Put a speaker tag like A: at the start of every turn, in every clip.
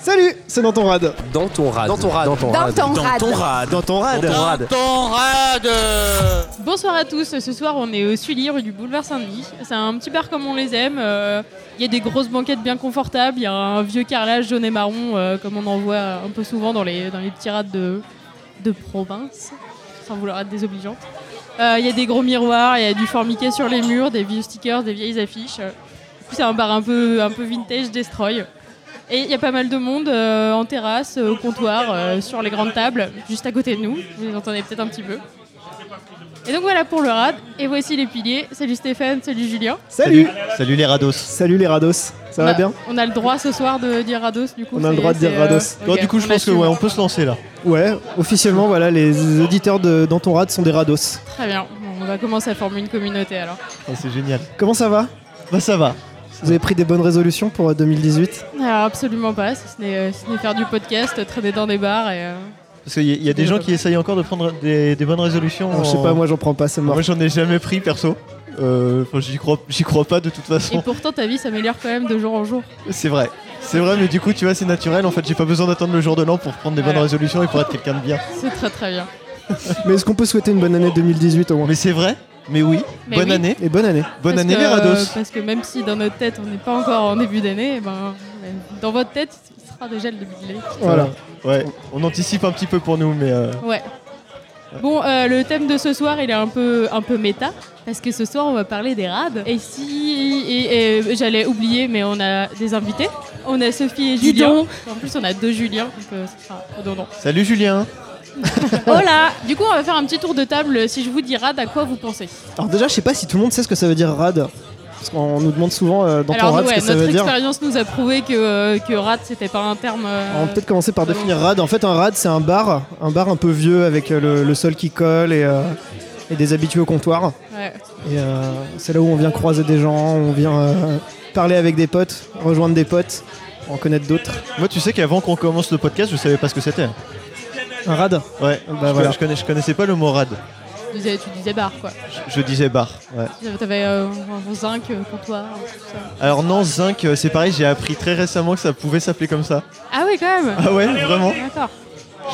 A: Salut, c'est dans ton rad.
B: Dans ton rad.
C: Dans ton rad.
B: Dans ton
D: Dans
B: rad.
D: ton rad.
C: rad.
A: Dans ton rad.
C: Dans ton rad.
E: Ton rad
F: Bonsoir à tous, ce soir on est au Sully rue du boulevard Saint-Denis. C'est un petit bar comme on les aime. euh, Il y a des grosses banquettes bien confortables, il y a un vieux carrelage jaune et marron euh, comme on en voit un peu souvent dans les, dans les petits rades de, de province, sans vouloir être désobligeante. Euh, Il y a des gros miroirs, il y a du formiquet sur les murs, des vieux stickers, des vieilles affiches. Euh, Du coup, c'est un bar un peu, un peu vintage, destroy. Et il y a pas mal de monde euh, en terrasse, euh, au comptoir, euh, sur les grandes tables, juste à côté de nous. Vous les entendez peut-être un petit peu. Et donc voilà pour le rad. Et voici les piliers. Salut Stéphane, salut Julien.
A: Salut.
G: Salut les Rados.
A: Salut les rados. Ça
F: on
A: va
F: a,
A: bien
F: On a le droit ce soir de dire rados, du coup.
A: On a le
F: c'est-
A: droit de dire
F: c'est,
A: rados.
G: Bon,
F: ok,
G: Oh, du coup, je
F: on
G: pense que
F: assume.
G: ouais, on peut se lancer là.
A: Ouais, officiellement, voilà, les auditeurs de Dans ton rad sont des rados.
F: Très bien. Bon, on va commencer à former une communauté alors.
G: Ah, c'est génial.
A: Comment ça va
G: Bah, ça va.
A: Vous avez pris des bonnes résolutions pour euh, 2018
F: Alors, absolument pas. Si ce n'est si ce n'est faire du podcast, traîner dans des bars et. euh,
G: Parce qu'il y, a- il y a des
F: bah,
G: gens qui essayent encore de prendre des, des bonnes résolutions.
A: Non, Je
G: en-
A: sais pas, Oh. moi j'en prends pas, c'est mort.
G: Moi, j'en ai jamais pris perso. Euh, enfin, j'y crois, j'y crois pas de toute
F: Et
G: façon.
F: pourtant, ta vie s'améliore quand même de jour en jour.
G: C'est vrai. C'est vrai, mais du coup, tu vois, c'est naturel. En fait, j'ai pas besoin d'attendre le jour de l'an pour prendre des bonnes
F: Voilà.
G: résolutions et pour être quelqu'un de bien.
F: C'est très très bien.
A: Mais est-ce qu'on peut souhaiter une bonne année 2018 au moins
G: Mais c'est vrai. Mais oui.
F: Mais
G: bonne
F: oui.
G: année.
A: Et bonne année.
G: Bonne
F: Parce
G: année,
F: que,
G: les Rados.
F: euh, Parce que même si dans notre tête on n'est pas encore en début d'année, eh ben, mais dans votre tête, ce sera déjà le début de l'année.
A: Voilà.
G: Ouais. On anticipe un petit peu pour nous, mais euh,
F: Ouais. Bon, euh, le thème de ce soir, il est un peu, un peu méta, parce que ce soir, on va parler des rades. Et si. Et, et j'allais oublier, mais on a des invités. On a Sophie et Julien. En plus, on a deux Julien, donc euh, ce sera redondant.
G: salut Julien.
F: Voilà Du coup, on va faire un petit tour de table. Si je vous dis rade, à quoi vous pensez
A: Alors déjà, je sais pas si tout le monde sait ce que ça veut dire rad. Parce qu'on nous demande souvent euh, dans
F: Alors,
A: ton rad
F: ouais,
A: ce que ça
F: notre
A: veut dire.
F: expérience nous a prouvé que, euh, que rade, c'était pas un terme. euh,
A: Alors, on va peut-être commencer par
F: selon-
A: définir rad. En fait, un rad, c'est un bar, un bar un peu vieux avec euh, le, le sol qui colle et, euh, et des habitués au comptoir.
F: Ouais.
A: Et euh, c'est là où on vient croiser des gens, on vient euh, parler avec des potes, rejoindre des potes, en connaître d'autres.
G: Moi, tu sais qu'avant qu'on commence le podcast, je savais pas ce que c'était.
A: Un rad
G: Ouais.
A: Bah,
G: je,
A: voilà.
G: je connais, je connaissais pas le mot rad.
F: Tu disais, tu disais bar, quoi.
G: Je, je disais bar. Ouais.
F: T'avais euh, un zinc, euh, comptoir, tout ça.
G: Alors non, zinc, euh, c'est pareil, j'ai appris très récemment que ça pouvait s'appeler comme ça.
F: Ah, ouais, quand même
G: Ah ouais, vraiment
F: D'accord.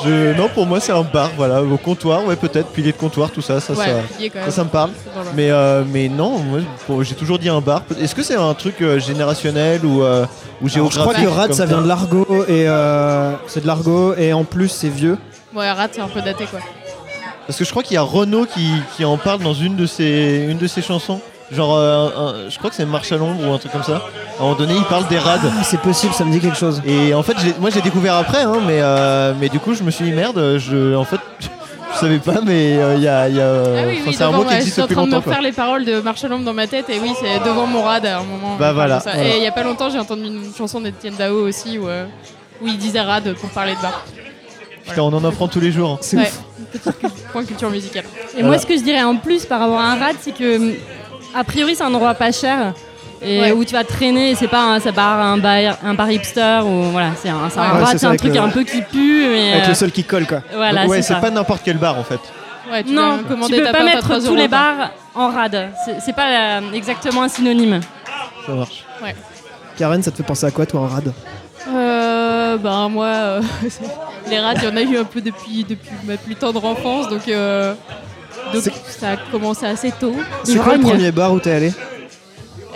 G: je... Non, pour moi c'est un bar, voilà, au comptoir, ouais peut-être, pilier de comptoir, tout ça, ça,
F: ouais,
G: ça,
F: pilier quand
G: ça,
F: même. bah.
G: ça me parle.
F: C'est dangereux.
G: Mais, euh, mais non, moi pour- j'ai toujours dit un bar. Est-ce que c'est un truc euh, générationnel ou, euh, ou
A: Alors,
G: géographique
A: je crois que rad,
G: comme
A: ça vient de l'argot et euh, c'est de l'argot et en plus c'est vieux.
F: Ouais, rat, c'est un peu daté quoi.
G: Euh, Parce que je crois qu'il y a Renaud qui, qui en parle dans une de ses, une de ses chansons. Genre, euh, un- je crois que c'est Marche à l'ombre ou un truc comme ça. À un moment donné, il parle des rades.
A: Ah, c'est possible, ça me dit quelque chose.
G: Et en fait, j'ai- moi j'ai découvert après, hein, mais, euh, mais du coup, je me suis dit merde, je, en fait, je savais pas, mais euh, il y a. il y a- enfin, c'est un
F: Ah devant
G: mot
F: moi,
G: qui
F: je
G: existe
F: suis en
G: depuis
F: train de me
G: longtemps. quoi.
F: refaire les paroles de Marshall Lamb dans ma tête, et oui, c'est devant mon rad à un
G: Bah
F: moment. on parle de
G: voilà,
F: ça.
G: voilà.
F: Et il y a pas longtemps, j'ai entendu une chanson d'Etienne Dao aussi où, euh, où il disait rad pour parler de bar.
G: Putain, on en apprend tous les jours. hein.
A: C'est
F: Ouais,
A: ouf.
F: petit cu- point culture musicale.
D: Et moi, ce que je dirais en plus par rapport à un rad, c'est que, a priori, c'est un endroit pas cher. Et
F: Ouais.
D: où tu vas traîner, et c'est pas un, ça bar, un, bar, un bar hipster, ou voilà, c'est un, c'est un
A: Ouais,
D: rad,
A: c'est ça,
D: c'est un
A: avec
D: truc
A: le-
D: un peu qui pue, mais.
A: Avec
D: euh,
A: le sol qui colle quoi.
D: voilà,
G: Donc, ouais,
D: c'est
G: c'est
D: ça.
G: pas n'importe quel bar en fait.
F: Ouais, tu
D: non,
F: dois
D: tu
F: commander
D: peux
F: ta
D: pas
F: pinte à
D: mettre
F: 3
D: tous
F: euros,
D: les
F: quoi.
D: bars en rad. C'est- C'est pas euh, exactement un synonyme.
G: Ça marche.
A: Karen, ça te fait penser à quoi toi un rad
F: Euh, ben moi, euh, les rats, il y en a eu un peu depuis, depuis ma plus tendre enfance, donc, euh, donc ça a commencé assez tôt.
A: C'est quoi le premier bar où t'es allé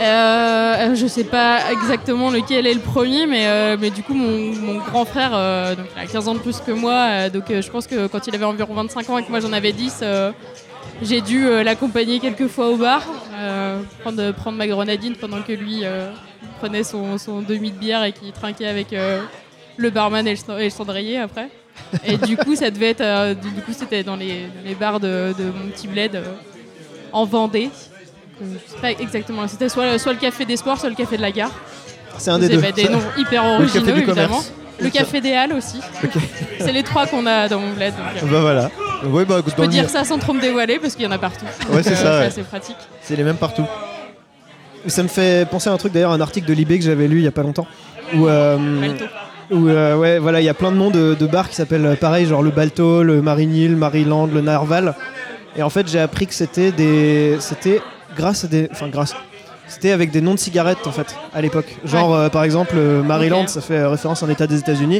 F: Euh, je sais pas exactement lequel est le premier, mais, euh, mais du coup, mon, mon grand frère, euh, donc, il a 15 ans de plus que moi, euh, donc euh, je pense que quand il avait environ 25 ans et que moi j'en avais 10, euh, j'ai dû euh, l'accompagner quelques fois au bar, euh, prendre, prendre ma grenadine pendant que lui euh, prenait son, son demi de bière et qu'il trinquait avec euh, le barman et le, cend- et le cendrier après. Et du coup, ça devait être, euh, du du coup, c'était dans les, les bars de, de mon petit bled euh, en Vendée. Euh, Je sais pas exactement. C'était soit, soit le café des sports, soit le café de la gare.
A: C'est un des
F: Vous
A: deux.
F: avez des noms hyper
G: café
F: originaux,
G: du
F: évidemment.
G: commerce.
F: Le café des Halles aussi. C'est les trois qu'on a dans mon bled. donc, euh,
G: Bah voilà. Ouais, bah, dans
F: je peux
G: le-
F: dire ça sans trop me dévoiler parce qu'il y en a partout.
A: Ah
G: Ouais, c'est
F: Donc,
G: ça,
F: euh,
G: ouais.
F: assez pratique.
G: C'est les mêmes partout.
A: Ça me fait penser à un truc d'ailleurs, un article de Libé que j'avais lu il y a pas longtemps. Où, euh,
F: Malto.
A: où, euh, ouais, voilà, il y a plein de noms de, de bars qui s'appellent euh, pareil, genre le Balto, le Marinil, Maryland, le Narval. Et en fait, j'ai appris que c'était des, c'était grâce à des, enfin grâce, C'était avec des noms de cigarettes en fait à l'époque. Genre euh, par exemple euh, Maryland,
F: Ok.
A: ça fait euh, référence à un état des États-Unis.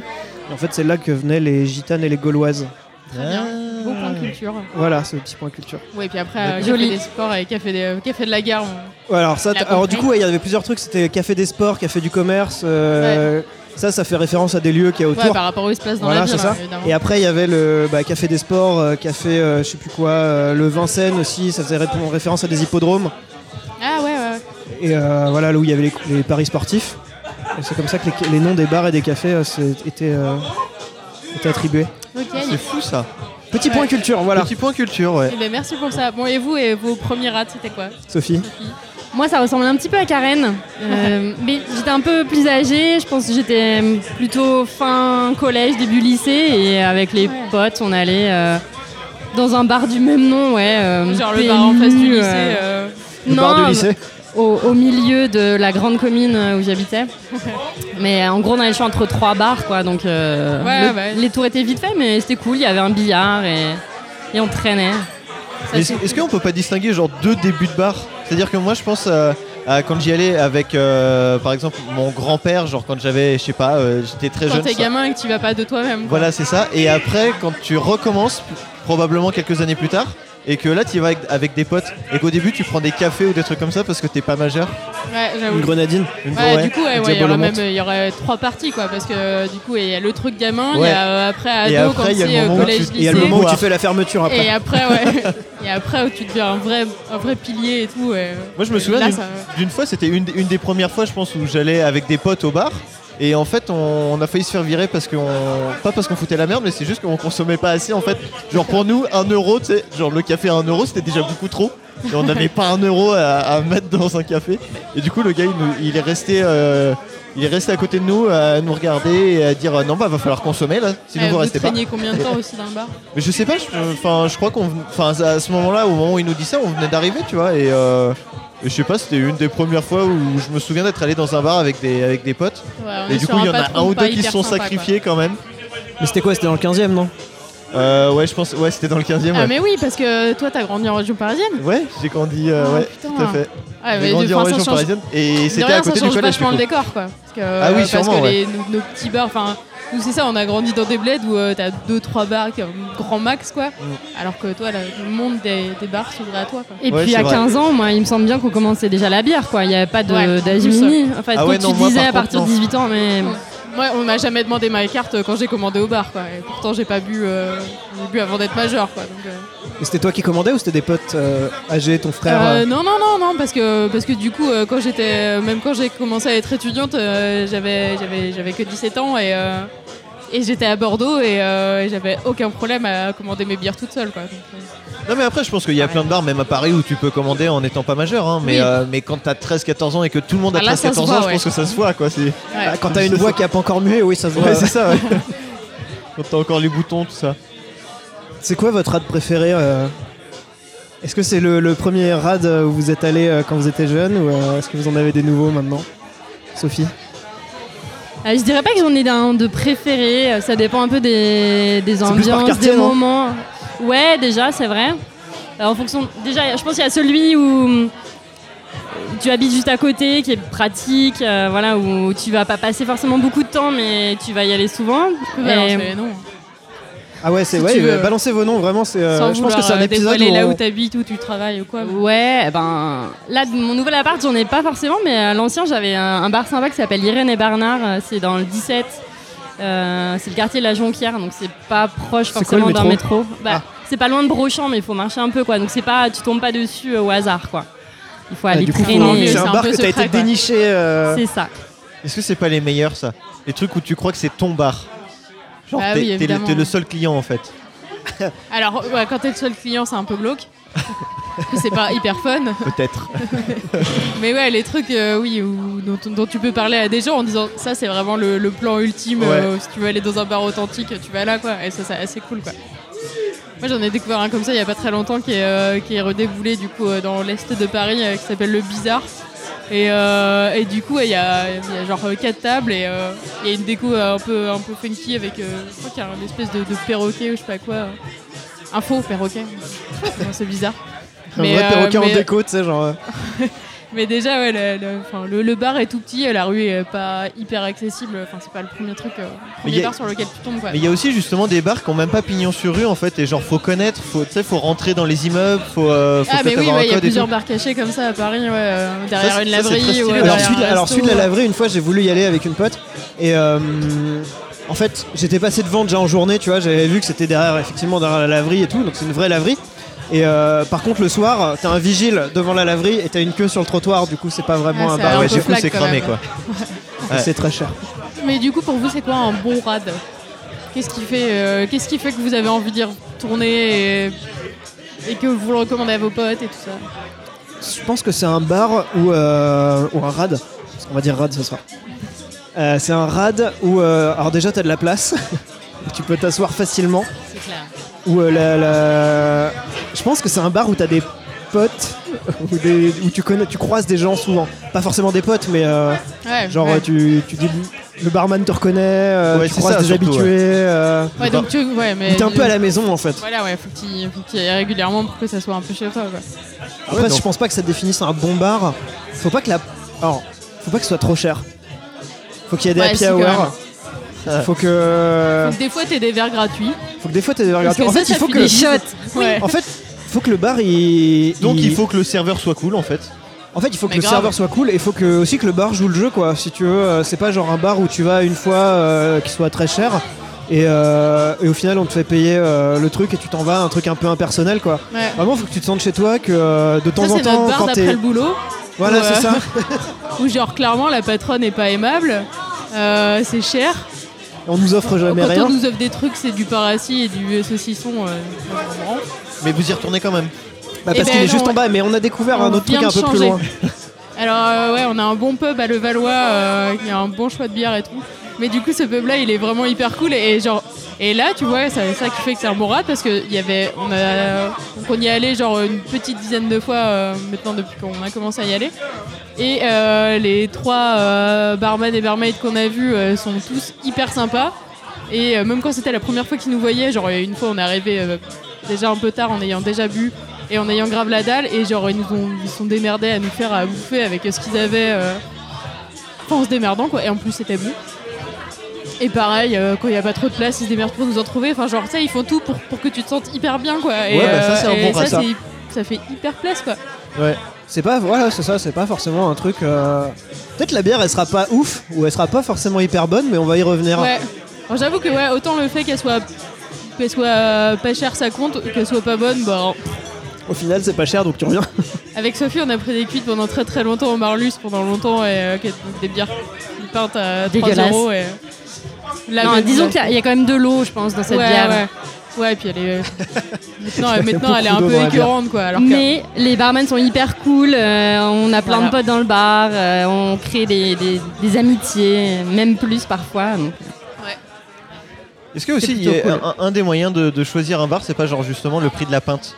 A: Et En fait, c'est là que venaient les gitanes et les gauloises.
F: bien.
G: Ah,
F: Beau point de culture.
A: Voilà, ce petit point culture.
F: Oui, et puis après, euh,
D: Joli.
F: Café des Sports et Café, des- Café de la Gare. on-
A: Ouais, alors ça,
F: Il a
A: t- alors
F: compris.
A: du coup, ouais, il y avait plusieurs trucs. C'était café des sports, café du commerce. euh, Ça, ça fait référence à des lieux qu'il y a
F: Ouais, bah,
A: autour.
F: par rapport où il se place dans
A: Voilà,
F: la ville,
A: c'est ça.
F: hein, évidemment.
A: et après, il y avait le bah, café des sports, euh, café, euh, je sais plus quoi, euh, le Vincennes aussi. Ça faisait ré- référence à des hippodromes.
F: Ah ouais, ouais.
A: Et euh, voilà, là où il y avait les, les paris sportifs. Et c'est comme ça que les, les noms des bars et des cafés euh, c'est- étaient, euh, étaient attribués.
F: Nickel.
G: C'est fou ça.
A: Petit
F: Ouais.
A: point culture, voilà.
G: Petit point culture, ouais.
F: Eh ben, merci pour ça. Bon, et vous, et vos premiers rats, c'était quoi
A: Sophie.
D: Moi, ça ressemble un petit peu à Karen. Euh, mais j'étais un peu plus âgée. Je pense que j'étais euh, plutôt fin collège, début lycée. Et avec les potes, on allait euh, dans un bar du même nom. Ouais, euh,
F: Genre le
D: PMU,
F: bar en face du lycée.
D: euh,
F: euh,
A: Le bar
D: Non,
A: du lycée.
D: au, au milieu de la grande commune euh, où j'habitais. mais euh, en gros, on avait le choix entre trois bars, quoi. Donc euh,
F: Ouais,
D: le-
F: ouais.
D: les tours étaient vite faits, mais c'était cool. Il y avait un billard et, et on traînait.
F: ça,
G: Mais
F: c'est
G: Est-ce est-ce qu'on peut pas distinguer genre deux débuts de bar C'est-à-dire que moi je pense à, à quand j'y allais avec euh, par exemple mon grand-père, genre quand j'avais, je sais pas, euh, j'étais très
F: Quand
G: jeune.
F: t'es
G: ça.
F: gamin et que tu vas pas de toi-même. quoi.
G: Voilà, c'est ça. Et après, quand tu recommences, p- probablement quelques années plus tard, et que là tu y vas avec, avec des potes, et qu'au début tu prends des cafés ou des trucs comme ça parce que t'es pas majeur.
F: Ouais, j'avoue.
A: Une grenadine.
G: Une
F: Ouais,
G: forêt,
F: du coup, ouais,
G: une
F: ouais, il y aura
G: diabolomante.
F: même il y aurait trois parties quoi, parce que euh, du coup, il y a le truc gamin, il y
G: Ouais.
F: a euh, après ado,
G: Et après,
F: quand
G: il y a le
F: c'est euh,
G: moment où tu-
F: collège,
G: et
A: Et il y a le
F: lycée.
A: moment où tu
G: Boire.
A: fais la fermeture après.
F: Et après, ouais, et après où tu deviens un vrai, un vrai pilier et tout. ouais.
G: Moi, je me
F: Et
G: souviens
F: là,
G: d'une-
F: ça-
G: d'une fois, c'était une, des- une des premières fois, je pense, où j'allais avec des potes au bar. Et en fait, on, on a failli se faire virer parce qu'on. Pas parce qu'on foutait la merde, mais c'est juste qu'on consommait pas assez. En fait, genre pour nous, un euro, tu sais, genre le café à un euro, c'était déjà beaucoup trop. Et on n'avait pas un euro à, à mettre dans un café. Et du coup, le gars, il, nous- il est resté. euh, il est resté à côté de nous, à nous regarder et à dire euh, non, bah va falloir consommer là, sinon
F: euh,
G: vous
F: vous
G: restez pas.
F: traîniez combien de temps aussi dans le bar
G: Mais je sais pas, je- enfin je crois qu'on, enfin à ce moment-là, au moment où il nous dit ça, on venait d'arriver, tu vois, et, euh, et je sais pas, c'était une des premières fois où je me souviens d'être allé dans un bar avec des avec des potes.
F: Ouais, on est
G: et du
F: sur
G: coup, il y en a
F: patron
G: un ou
F: pas
G: deux qui se
F: hyper
G: sont
F: sympa, quoi.
G: sacrifiés quand même.
F: euh,
A: Mais c'était quoi C'était dans le 15 e non
G: Euh, ouais, je pense, ouais, c'était dans le 15e.
F: Ah
G: Ouais,
F: mais oui, parce que toi, t'as grandi en région parisienne.
G: ouais j'ai grandi, euh,
F: Ah,
G: ouais,
F: putain.
G: tout à fait.
F: Ouais,
G: j'ai
F: de-
G: grandi en
F: enfin, ça
G: région
F: change-
G: parisienne et
F: de
G: c'était
F: rien,
G: à côté
F: ça
G: du
F: change
G: collège. du
F: vachement le
G: coup. Ah
F: décor, quoi. Parce que,
G: oui,
F: parce
G: sûrement,
F: que
G: ouais.
F: les- nos, nos petits bars, enfin, nous c'est ça, on a grandi dans des bleds où euh, t'as deux, trois bars, qui ont un grand max,
G: Mm.
F: quoi. Alors que toi, là, le monde des, des bars s'ouvrait à toi, quoi.
D: Et
G: Ouais,
D: puis
G: c'est
D: à
G: vrai.
D: 15 ans, moi, il me semble bien qu'on commençait déjà la bière, quoi. Il n'y avait pas de-
F: Ouais,
D: d'âge
F: il me semble.
D: mini. Enfin,
G: Ah
D: toi,
G: ouais,
D: tu
G: non, moi,
D: disais
G: par
D: à partir de
G: contre, non.
D: 18 ans, mais
F: Moi, on m'a jamais demandé ma carte quand j'ai commandé au bar, quoi. Et pourtant, j'ai pas bu, euh, j'ai bu avant d'être majeur, quoi. Donc, euh,
A: Et c'était toi qui commandais ou c'était des potes euh, âgés, ton frère
F: Euh,
A: euh,
F: non, non, non, non, parce que, parce que du coup, euh, quand j'étais, même quand j'ai commencé à être étudiante, euh, j'avais, j'avais, j'avais que 17 ans et, euh, et j'étais à Bordeaux et, euh, et j'avais aucun problème à commander mes bières toute seule, quoi. Donc, euh,
G: Non mais après je pense qu'il y a plein de bars même à Paris où tu peux commander en n'étant pas majeur hein, mais,
F: Oui.
G: euh, mais quand t'as 13-14 ans et que tout le monde a
F: Ah, là, ça se
G: 13-14 ans
F: voit,
G: je
F: ouais.
G: pense que ça se voit quoi c'est...
F: ouais.
A: Ah, Quand t'as une voix qui a pas encore mué, oui, ça se voit.
G: Ouais, c'est ça, ouais. Quand t'as encore les boutons, tout ça.
A: C'est quoi votre rad préféré euh Est-ce que c'est le, le premier rad euh, où vous êtes allé euh, quand vous étiez jeune ou euh, est-ce que vous en avez des nouveaux maintenant Sophie
D: Euh, je dirais pas que j'en ai un de préféré. Euh, Ça dépend un peu des, des
A: par
D: ambiances,
A: quartier,
D: des
A: non
D: moments. Ouais, déjà, c'est vrai. Euh, en fonction, déjà, je pense qu'il y a celui où hum, tu habites juste à côté, qui est pratique, euh, voilà, où tu vas pas passer forcément beaucoup de temps, mais tu vas y aller souvent.
F: Peu
D: Et-
F: balancé, non.
A: Ah ouais, c'est
F: Si
A: ouais,
F: tu veux.
A: euh, balancez vos noms vraiment. C'est, euh,
F: Sans
A: je pense que c'est un
F: vouloir, euh,
A: épisode où
F: dévoiler là où
A: on-
F: t'habites, où tu travailles ou quoi. mais-
D: Ouais, ben là, de mon nouvel appart, j'en ai pas forcément, mais à l'ancien, j'avais un, un bar sympa qui s'appelle Irène et Bernard. euh, C'est dans le 17. Euh, c'est le quartier de la Jonquière, donc c'est pas proche
A: C'est quoi le
D: forcément d'un
A: métro Ah.
D: métro. Bah, C'est pas loin de Brochamp, mais il faut marcher un peu, quoi. Donc c'est pas, tu tombes pas dessus euh, au hasard, quoi. Il faut
A: Ah,
D: aller
A: du coup, faut-
D: traîner.
A: c'est
F: c'est
A: un
F: un
A: bar
F: peu
A: que t'as
F: secret,
A: été
F: quoi.
A: déniché. euh,
D: C'est ça.
G: Est-ce que c'est pas les meilleurs, ça Les trucs où tu crois que c'est ton bar Genre,
F: Bah
G: t'es,
F: oui,
G: t'es le-
F: évidemment.
G: t'es le seul client en fait.
F: Alors, ouais, quand t'es le seul client, c'est un peu glauque. Parce que c'est pas hyper fun.
G: Peut-être.
F: Mais ouais, les trucs, euh, oui, où- dont, dont tu peux parler à des gens en disant ça, c'est vraiment le, le plan ultime. euh, si tu veux aller dans un bar authentique, tu vas là, quoi. Et ça, c'est assez cool, quoi. Moi, j'en ai découvert un comme ça il y a pas très longtemps qui est, euh, qui est redéboulé du coup euh, dans l'est de Paris, euh, qui s'appelle le Bizarre. Et, euh, et du coup, ouais, il y, a, il y a genre euh, quatre tables et euh, il y a une déco euh, un peu un peu funky avec, euh, je crois qu'il y a une espèce de, de perroquet ou je sais pas quoi, euh. un faux perroquet. Bon, c'est bizarre.
A: Un
F: Mais,
A: vrai
F: euh,
A: perroquet en
F: mais-
A: déco, tu sais, genre. euh,
F: Mais déjà, ouais, le, le- enfin, le- le bar est tout petit, la rue est pas hyper accessible. Enfin, c'est pas le premier truc, euh, le
G: Mais
F: premier
G: y a-
F: bar sur lequel tu tombes. Quoi.
G: Mais il y a aussi justement des bars qui ont même pas pignon sur rue en fait et genre faut connaître, faut tu sais faut rentrer dans les immeubles, faut, euh, faut
F: ah, mais
G: peut-être
F: oui,
G: avoir
F: ouais,
G: un
F: il y a
G: code et
F: plusieurs
G: tout.
F: bars cachés comme ça à Paris, ouais, euh, derrière
G: c'est-
F: une
G: ça, c'est très
F: laverie.
G: stylé.
F: ou
G: Alors,
A: Alors,
F: derrière
A: celui de,
F: un
A: alors,
F: resto.
A: celui de la laverie, une fois, j'ai voulu y aller avec une pote. Et euh, en fait, j'étais passé devant déjà en journée, tu vois. J'avais vu que c'était derrière, effectivement, derrière la laverie et tout. Donc, c'est une vraie laverie. Et euh, par contre, le soir, t'as un vigile devant la laverie et t'as une queue sur le trottoir. Du coup, c'est pas vraiment
F: Ah,
A: un
F: c'est
A: bar.
G: Ah ouais,
F: un peu
G: du coup
F: flag,
G: c'est
F: quand
G: cramé
F: même.
G: quoi. ouais.
A: C'est très cher.
F: Mais du coup, pour vous, c'est quoi un bon rad Qu'est-ce qui fait, euh, qu'est-ce qui fait que vous avez envie d'y retourner et, et que vous le recommandez à vos potes et tout ça
A: Je pense que c'est un bar ou, euh, ou un rad. Parce qu'on va dire rad ce soir. Euh, c'est un rad où. euh, alors, déjà, t'as de la place. tu peux t'asseoir facilement.
F: C'est clair.
A: Ou euh, la, la- Je pense que c'est un bar où t'as des potes, ou des- où tu, connais, tu croises des gens souvent. Pas forcément des potes, mais euh,
F: Ouais,
A: genre
F: ouais.
A: tu, tu dis le barman te reconnaît, euh,
G: Ouais,
A: tu
G: c'est
A: croises
G: ça,
A: des
G: surtout,
A: habitués.
G: ouais.
A: euh,
F: Ouais, donc tu, ouais, mais
A: T'es un peu à la maison en fait.
F: Voilà, ouais, faut que tu faut que tu y ailles régulièrement pour que ça soit un peu chez toi. Quoi.
A: Après,
G: Ouais, donc-
A: je pense pas que ça définisse un bon bar. Faut pas que la. alors, faut pas que ce soit trop cher. Faut qu'il y ait des
F: Ouais, si,
A: happy
F: quand
A: hour. Faut que.
F: Donc, des fois, t'es des verres gratuits.
A: Faut que des fois t'aies des
F: Parce que
A: En
F: ça,
A: fait, il
F: ça
A: faut que.
F: finit vite. Ouais.
A: En fait, faut que le bar il.
G: Donc il faut que le serveur soit cool en fait.
A: En fait, il faut que
F: Mais
A: le
F: grave.
A: serveur soit cool et il faut que, aussi que le bar joue le jeu, quoi. Si tu veux, euh, c'est pas genre un bar où tu vas une fois euh, qui soit très cher et, euh, et au final on te fait payer euh, le truc et tu t'en vas, un truc un peu impersonnel, quoi.
F: Ouais.
A: Vraiment, faut que tu te sentes chez toi, que euh, de temps
F: Ça,
A: en
F: c'est
A: temps,
F: notre bar
A: quand t'es.
F: d'après le boulot,
A: Voilà,
F: Ouais.
A: c'est ça.
F: où genre clairement la patronne est pas aimable, euh, c'est cher.
A: On nous offre jamais
F: Quand
A: rien.
F: on nous offre des trucs, c'est du parassis et du saucisson. euh, on prend.
G: Mais vous y retournez quand même.
A: Bah, parce
F: Eh ben
A: qu'il est
F: non,
A: juste en
F: ouais.
A: bas, mais on a découvert
F: On
A: un autre truc
F: vient
A: un
F: de
A: peu plus
F: changer.
A: loin.
F: Alors euh, ouais, on a un bon pub à Levallois, euh, qui a un bon choix de bière et tout. Mais du coup, ce pub-là, il est vraiment hyper cool et, et genre. Et là, tu vois, c'est ça qui fait que c'est un bon rad parce que il y avait, on a, donc on y est allé genre une petite dizaine de fois euh, maintenant depuis qu'on a commencé à y aller. Et euh, les trois euh, barman et barmaids qu'on a vus euh, sont tous hyper sympas. Et euh, même quand c'était la première fois qu'ils nous voyaient, genre une fois on est arrivé euh, déjà un peu tard en ayant déjà bu et en ayant grave la dalle et genre ils nous ont, ils se sont démerdés à nous faire à bouffer avec ce qu'ils avaient euh, enfin, en se démerdant quoi et en plus c'était bon et pareil euh, quand il n'y a pas trop de place ils se démerdent pour nous en trouver enfin genre ça ils font tout pour, pour que tu te sentes hyper bien quoi et, euh,
G: Ouais, bah, ça, c'est un
F: et
G: bon rat, ça.
F: c'est- ça fait hyper place quoi
A: C'est pas, voilà, c'est ça, c'est pas forcément un truc. euh, Peut-être la bière elle sera pas ouf ou elle sera pas forcément hyper bonne, mais on va y
G: Ah.
A: revenir.
F: ouais Alors, j'avoue que ouais autant le fait qu'elle soit qu'elle soit pas chère ça compte qu'elle soit pas bonne bah
A: Au final, c'est pas cher donc tu reviens.
F: Avec Sophie, on a pris des cuites pendant très très longtemps au Marlus pendant longtemps et euh, qui étaient des bières peintes à 3
D: Dégueulasse.
F: euros. Et... euh, La
D: Non,
F: même-
D: disons qu'il y, a- il y a quand même de l'eau, je pense, dans cette
F: ouais,
D: bière.
F: Ouais. Ouais, et puis elle est. euh, maintenant,
A: Il y a
F: maintenant, elle est un
A: beaucoup
F: peu
A: d'eau dans la bière.
F: écœurante quoi. Alors que-
D: Mais les barman sont hyper cool, euh, on a plein
F: Voilà.
D: de potes dans le bar, euh, on crée des, des- des amitiés, même plus parfois. donc.
G: Est-ce que aussi
D: C'est
G: il y a
D: plutôt
G: un, un des moyens de, de choisir un bar, c'est pas genre justement le prix de la pinte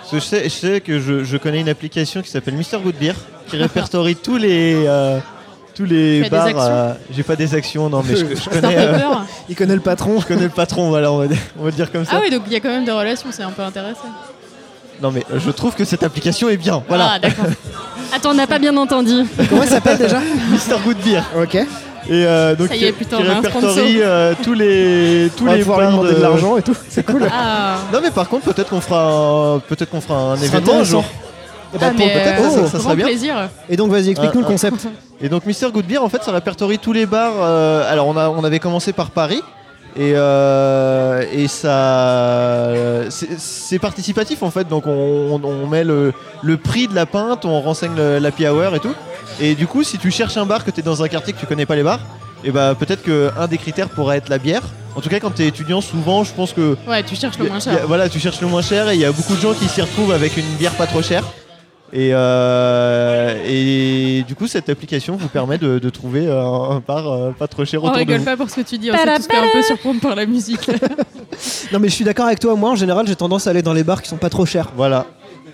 G: Parce que je sais, je sais que je, je connais une application qui s'appelle Mr Good Beer qui répertorie tous les euh, tous
F: Tu as
G: les
F: des
G: bars.
F: actions
G: euh, J'ai pas des actions, non, mais je, je
F: Star
G: connais, euh,
F: Pepper.
A: Il connaît le patron.
G: je connais le patron, voilà, on va, dire- on va le dire comme ça.
F: Ah oui, donc il y a quand même des relations, c'est un peu intéressant.
G: Non, mais euh, je trouve que cette application est bien. Voilà,
F: Ah, d'accord.
D: Attends, on n'a pas bien entendu.
A: Comment il s'appelle déjà
G: Mr Good Beer.
A: Ok.
G: Et euh, donc
F: Ça y est,
G: qui-
F: putain,
G: qui
F: on a un
G: répertorie
F: sponsor.
G: euh, tous les tous
A: On va
G: les
A: pouvoir lui
G: bars
A: demander de, l'argent et tout. C'est cool.
F: Ah.
G: Non, mais par contre, peut-être qu'on fera un- peut-être qu'on fera un
A: Ce sera
G: événement un
A: intéressant.
G: jour.
A: Et,
F: Ah, mais,
G: peut-être,
A: Bah, ça-
F: euh,
G: ça serait
F: grand
G: bien.
F: plaisir.
A: et donc, vas-y, explique-nous
G: Bah, Ah,
A: le concept.
G: Et donc Mister Good Beer, en fait, ça répertorie tous les bars. euh, alors on, a, on avait commencé par Paris. Et, euh, et ça, c'est- c'est participatif en fait. Donc on, on- on met le, le prix de la pinte, on renseigne le- l'happy hour et tout. Et du coup, si tu cherches un bar que tu es dans un quartier que tu connais pas les bars, et bah peut-être que un des critères pourrait être la bière. En tout cas, quand t'es étudiant, souvent, je pense que
F: Ouais, tu cherches le moins
G: y a- y a-
F: cher.
G: voilà, tu cherches le moins cher et il y a beaucoup de gens qui s'y retrouvent avec une bière pas trop chère. Et, euh, et du coup, cette application vous permet de, de trouver euh, un bar euh, pas trop cher
F: On
G: autour de
F: rigole
G: vous.
F: pas pour ce que tu dis, on s'est tous fait un peu surprendre par la musique.
A: Non, mais je suis d'accord avec toi. Moi, en général, j'ai tendance à aller dans les bars qui sont pas trop chers. euh,
G: Voilà.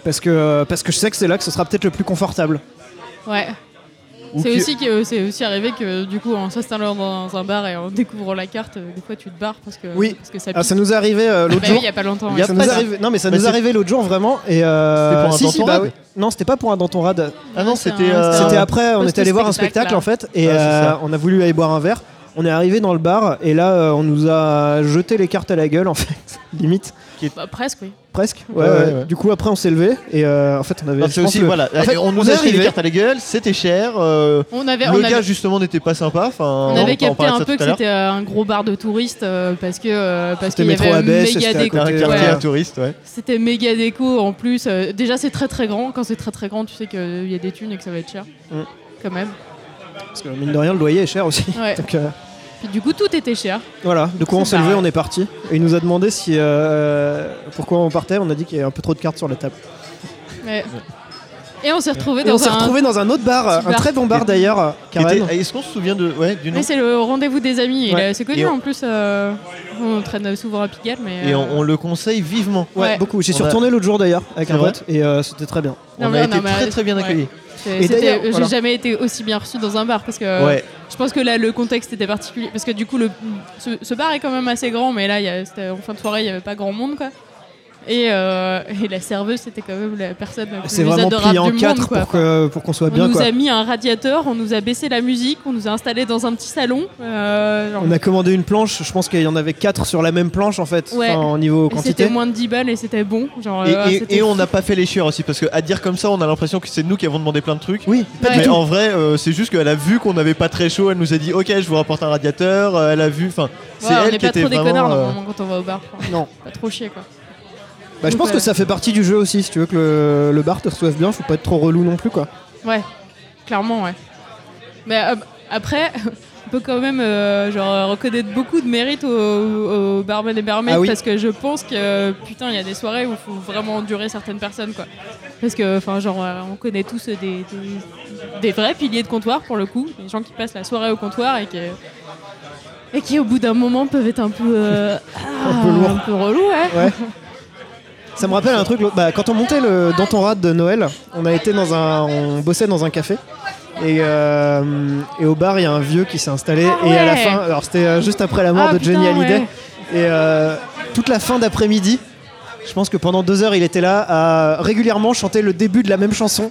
A: Parce que, parce que je sais que c'est là que ce sera peut-être le plus confortable.
F: Ouais.
G: Ou
F: C'est
G: que-
F: aussi, que- c'est aussi arrivé que du coup, en s'installant dans un bar et en découvrant la carte, euh, des fois tu te barres parce que,
A: Oui.
F: parce que ça pique.
A: Ah, ça nous est arrivé euh,
F: Bah
A: l'autre
F: oui,
A: jour.
F: il n'y a pas longtemps.
G: Il y a
F: ouais.
A: ça
G: pas
A: nous est
G: ça.
A: arrivé... Non, mais ça
G: Bah,
A: nous est
G: c'est-
A: arrivé l'autre jour vraiment. Et euh,
G: C'était pour un
A: si, si,
G: Danton
A: bah
G: Rad
A: oui. Non, c'était pas pour un Danton Rad.
G: Ah non,
F: c'est un-
G: c'était. euh,
F: c'est un-
A: C'était après, on
F: poste
A: était allé voir un
F: spectacle,
A: spectacle
F: là.
A: en fait, et
G: Ouais, c'est
A: euh,
G: ça.
A: on a voulu aller boire un verre. On est arrivé dans le bar et là, euh, on nous a jeté les cartes à la gueule en fait, limite,
F: Bah, presque, oui.
A: presque. Ouais,
G: Ouais, ouais,
A: ouais.
G: ouais.
A: Du coup, après, on s'est levé et euh, en fait, on avait.
G: non,
A: je
G: c'est
A: pense
G: aussi,
A: le-
G: voilà.
A: en fait,
G: on
A: on
G: nous
A: est
G: a acheté
A: arrivé.
G: les cartes à la gueule, c'était cher. euh,
F: On avait, on
G: le
F: avait-
G: gars, justement, n'était pas sympa. Enfin,
F: On
G: va
F: avait
G: en
F: capté
G: parler de
F: un
G: ça
F: peu
G: tout
F: que
G: à l'heure.
F: c'était euh, un gros bar de touristes euh, parce que euh, parce
A: C'était
F: qu'il y
A: métro
F: avait
A: Abbesse,
F: méga
A: c'était à
F: déco.
A: côté,
G: Un
A: euh,
G: quartier
F: ouais.
G: à touristes, ouais.
F: C'était méga déco en plus. Euh, déjà c'est très très grand. Quand c'est très très grand, tu sais qu'il y a des thunes et que ça va être cher.
A: Mm.
F: Quand même.
A: Parce que mine de rien, le loyer est cher aussi.
F: Ouais.
A: Donc euh,
F: Puis du coup tout était cher.
A: voilà, du coup, on
F: C'est
A: s'est levé,
F: pareil.
A: on est parti. Et il nous a demandé si euh, pourquoi on partait. On a dit qu'il y avait un peu trop de cartes sur la table.
F: Ouais. Et on s'est retrouvés
A: Et
F: dans
A: on s'est
F: un.
A: retrouvé dans un autre bar,
F: petit
A: un
F: bar.
A: très bon bar d'ailleurs, euh,
G: Qui était-
A: Karen.
G: Est-ce qu'on se souvient de, ouais, du nom
F: Mais c'est le rendez-vous des amis. Il
A: Ouais.
F: est- C'est connu
G: Et on-
F: en plus. euh, on traîne souvent à Pigalle, mais.
G: Et
F: euh,
G: on, on le conseille vivement.
A: Ouais,
F: Ouais.
A: beaucoup. J'y suis
G: On a-
A: retourné l'autre jour d'ailleurs avec
G: C'est
A: un
G: vrai
A: pote et euh, c'était très bien.
F: Non,
G: on
F: mais
G: a
F: non,
G: été
F: mais-
G: très très bien
F: ouais.
G: accueillis.
F: c'est-
A: Et
F: c'était-
A: d'ailleurs,
F: J'ai
A: voilà.
F: jamais été aussi bien reçu dans un bar parce que.
G: Ouais.
F: Je pense que là, le contexte était particulier parce que du coup, le, ce, ce bar est quand même assez grand, mais là, il y a- c'était en fin de soirée, il n'y avait pas grand monde, quoi. Et, euh, et la serveuse, c'était quand même la personne la plus
A: C'est vraiment
F: adorable
A: plié en
F: du
A: quatre
F: monde, quoi.
A: pour que- pour qu'on soit
F: on
A: bien.
F: nous
A: quoi.
F: a mis un radiateur, on nous a baissé la musique, on nous a installé dans un petit salon. euh, genre-
A: On a commandé une planche, je pense qu'il y en avait 4 sur la même planche en fait,
F: Ouais.
A: enfin, au niveau
F: et C'était
A: quantité.
F: moins de 10 balles et c'était bon. Genre,
G: Et,
F: euh,
G: et-
F: c'était
G: et on n'a pas fait les chieurs aussi, parce que à dire comme ça, on a l'impression que c'est nous qui avons demandé plein de trucs.
A: Oui, pas
F: Ouais.
A: du
G: Mais
A: tout.
G: en vrai, euh, c'est juste qu'elle a vu qu'on n'avait pas très chaud, elle nous a dit Ok, je vous rapporte un radiateur. euh, Elle a vu, enfin, c'est
F: Ouais, on
G: elle qui
F: n'est pas
G: était
F: trop des
G: vraiment.
F: connards
G: euh,
F: normalement quand on va au bar. quoi.
A: Non.
F: Pas trop chier quoi.
A: Bah, je
F: euh,
A: pense que ça fait partie du jeu aussi, si tu veux que le, le bar te reçoive bien, faut pas être trop relou non plus quoi.
F: Ouais, clairement, ouais. Mais euh, après, on peut quand même euh, genre, reconnaître beaucoup de mérite aux, aux barman et barmaids
A: Ah oui.
F: parce que je pense que putain, il y a des soirées où il faut vraiment endurer certaines personnes quoi. Parce que, enfin, genre, euh, on connaît tous des, des, des vrais piliers de comptoir pour le coup, des gens qui passent la soirée au comptoir et qui. Et qui au bout d'un moment peuvent être un peu euh,
A: Un peu lourd.
F: un peu relou, ouais.
A: Ouais. Ça me rappelle un truc, l'autre- bah, quand on montait le dans ton rad de Noël, on a été dans un, on bossait dans un café et, euh, et au bar il y a un vieux qui s'est installé
F: Ah
A: et à la
F: ouais.
A: fin, alors c'était euh, juste après la mort
F: Ah,
A: de Johnny
F: putain,
A: Hallyday
F: ouais.
A: et euh, toute la fin d'après-midi, je pense que pendant deux heures il était là à régulièrement chanter le début de la même chanson.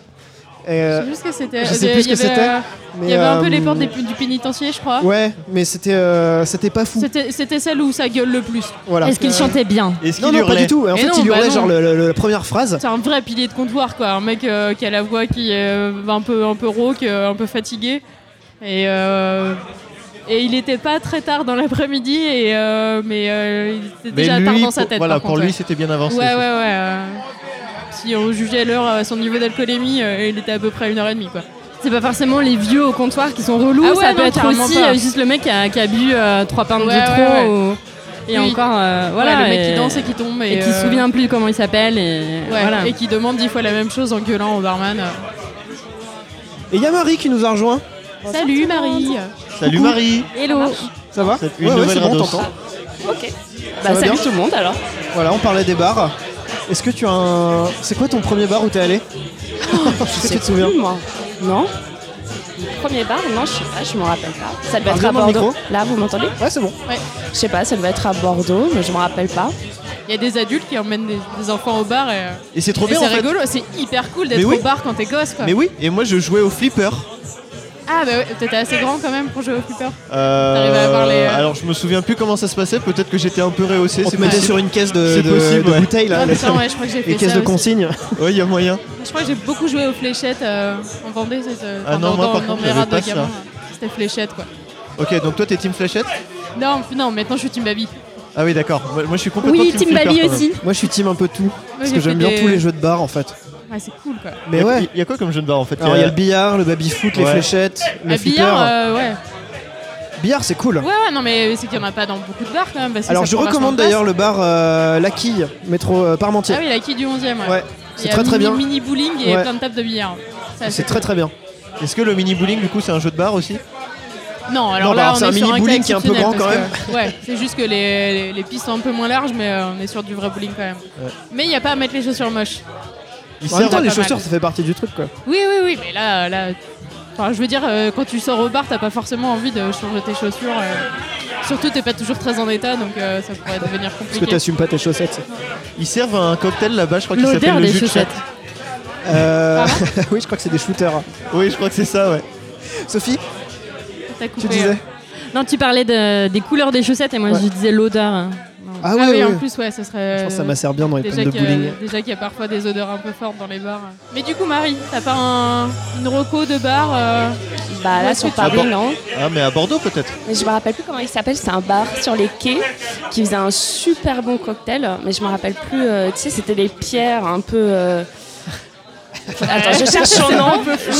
A: Et,
F: Je
A: euh,
F: sais plus ce que c'était.
A: je sais
F: Il y
A: plus ce que
F: avait,
A: c'était,
F: euh, Il y
A: mais,
F: avait un peu les
A: euh,
F: portes des- du pénitencier, je crois.
A: Ouais, mais c'était euh, c'était pas fou.
F: C'était c'était celle où ça gueule le plus.
A: Voilà.
D: Est-ce qu'il chantait bien
G: euh, Est-ce
A: Non,
G: qu'il
A: non, pas
G: hurlait
A: du tout. En
F: Mais
A: fait,
F: non,
A: il
F: bah
A: hurlait
F: non.
A: genre le- le- la première phrase.
F: C'est un vrai pilier de comptoir, quoi. Un mec euh, qui a la voix qui est euh, un peu, un peu rauque, euh, un peu fatigué. Et, euh, et il était pas très tard dans l'après-midi, et, euh, mais euh, il était
G: Mais
F: déjà
G: lui,
F: tard dans
G: pour-
F: sa tête.
G: Voilà,
F: par
G: pour
F: contre,
G: lui,
F: ouais.
G: c'était bien avancé.
F: Ouais, ouais,
G: ça.
F: ouais. euh, si on jugeait l'heure à son niveau d'alcoolémie, euh, il était à peu près à une heure et demie, quoi.
D: C'est pas forcément les vieux au comptoir qui sont relous,
F: Ah ouais,
D: ça peut
F: non,
D: être
F: carrément
D: aussi
F: pas.
D: euh, juste le mec qui a, qui a bu euh, trois pintes
F: Ouais,
D: de trop.
F: ouais, ouais.
D: ou- Et
F: Oui.
D: encore, euh, voilà.
F: Ouais, le mec
D: et-
F: qui danse et qui tombe. Et,
D: et qui se
F: euh,
D: souvient plus comment il s'appelle. Et,
F: ouais,
D: voilà.
F: et qui demande dix fois la même chose en gueulant au barman. euh,
A: Et il y a Marie qui nous a rejoint.
F: Salut Marie
G: Salut Marie
B: Hello.
A: Ça va
G: C'est une
A: Ouais, ouais,
G: nouvelle
A: c'est bon,
G: rados.
A: t'entends.
B: Ok.
A: va
B: Bah, salut
A: bien
B: tout le monde alors.
A: Voilà, on parlait des bars. Est-ce que tu as un. C'est quoi ton premier bar où t'es allé Est-ce que tu te souviens
B: Plus, moi. Non. Premier bar, non, je sais pas, je m'en rappelle pas. Ça devait
A: Parle
B: être à
A: bien dans le
B: Bordeaux.
A: micro.
B: Là, vous m'entendez
A: Ouais, c'est bon.
B: Je sais pas, ça devait être à Bordeaux, mais je m'en rappelle pas.
F: Il y a des adultes qui emmènent des, des enfants au bar et, euh,
G: Et c'est trop
F: et
G: bien
F: c'est
G: en fait.
F: rigolo, c'est hyper cool
G: Mais
F: d'être
G: oui.
F: au bar quand t'es gosse quoi.
G: Mais oui, et moi je jouais au flipper.
F: Ah bah ouais, t'étais assez grand quand même pour jouer au flipper.
G: Euh,
F: T'arrives à avoir les, euh,
G: Alors je me souviens plus comment ça se passait, peut-être que j'étais un peu rehaussé.
A: On te
G: c'est
A: mettait
G: possible.
A: sur une caisse de,
G: C'est
A: de-
G: possible,
A: de
G: ouais.
A: bouteilles là.
F: Ah,
A: les-
F: putain, ouais, je crois que j'ai fait
A: Les caisses
F: ça
A: de
F: aussi.
A: consignes.
G: Ouais, il y a moyen.
F: Je crois que j'ai beaucoup joué aux fléchettes euh, en Vendée, c'est, euh,
G: Ah
F: enfin,
G: non,
F: dans,
G: moi, par
F: dans-
G: contre,
F: dans mes
G: j'avais
F: rades
G: pas
F: de
G: ça.
F: gamin. C'était fléchette quoi.
G: Ok, donc toi t'es Team Flechette
F: Non, non, maintenant je suis Team Baby.
G: Ah oui, d'accord. Moi, moi, je suis complètement
D: Oui,
G: Team,
D: Team
G: flipper,
D: Baby
G: quand même.
D: aussi.
A: Moi, je suis team un peu tout. Parce
F: j'ai
A: que
F: fait
A: j'aime bien
F: des-
A: tous les jeux de bar en fait.
F: Ouais, c'est cool quoi.
A: Mais
G: Y a-
A: ouais.
G: y a quoi comme jeu de bar en fait
A: Alors, il y a le billard, le baby foot, les
G: Ouais.
A: fléchettes, le
F: Ah,
A: flipper.
F: billard, euh, ouais.
A: Billard, euh, c'est cool.
F: Ouais, ouais, non, mais c'est qu'il y en a pas dans beaucoup de bars quand même. parce que
A: Alors,
F: ça
A: je
F: prend vachement
A: recommande
F: de place.
A: d'ailleurs le bar euh, La Quille, métro euh, Parmentier.
F: Ah oui, la quille du 11 e ouais.
A: Ouais,
F: Il y
A: c'est
F: a
A: très très
F: mini-
A: bien.
F: Mini bowling et
A: Ouais.
F: plein de tables de billard. assez
A: C'est très très bien.
G: Est-ce que le mini bowling du coup c'est un jeu de bar aussi
F: Non, alors
A: Non, bah,
F: là,
A: c'est
F: on
A: un
F: est sur
A: mini
F: cas
A: bowling qui est un peu grand
F: exceptionnel
A: quand
F: parce que- ouais, c'est juste que les, les- les pistes sont un peu moins larges, mais euh, on est sur du vrai bowling quand même.
G: Ouais.
F: Mais il n'y a pas à mettre les chaussures moches.
G: Il
A: En même
G: sert
A: temps,
G: à-
A: les
F: pas mal.
A: chaussures, ça fait partie du truc quoi.
F: Oui, oui, oui, mais là, euh, là Enfin, je veux dire, euh, quand tu sors au bar, t'as pas forcément envie de changer tes chaussures. euh. Surtout, t'es pas toujours très en état, donc euh, ça pourrait devenir
A: Parce que
F: compliqué.
A: t'assumes pas tes chaussettes.
G: Ils servent un cocktail là-bas, je crois qu'il s'appelle
D: L'odeur
G: le
D: des
G: jus de
D: chaussettes.
G: chatte.
A: Euh, oui, je crois que c'est des shooters.
G: Oui, je crois que c'est ça, ouais.
A: Sophie,
F: T'as coupé,
A: tu
F: euh.
A: disais
D: Non, tu parlais de- des couleurs des chaussettes et moi
A: Ouais.
D: je disais l'odeur. hein.
A: Ah
F: Ah
A: ouais,
F: oui,
A: ouais.
F: en plus, ouais, ça serait. euh,
A: Je pense que ça m'assert bien dans les
F: Déjà
A: pommes de
F: qu'il y, a-
A: bowling.
F: déjà qu'il y a parfois des odeurs un peu fortes dans les bars. Mais du coup, Marie, t'as pas un, une reco de bar euh,
B: Bah
F: Où
B: là,
F: est-ce
B: sur
F: que tu
B: Paris,
G: vas
B: non.
G: Ah, mais à Bordeaux peut-être
B: Mais je me rappelle plus comment il s'appelle. C'est un bar sur les quais qui faisait un super bon cocktail. Mais je me rappelle plus. euh, tu sais, c'était des pierres un peu. euh, Attends, je cherche son nom.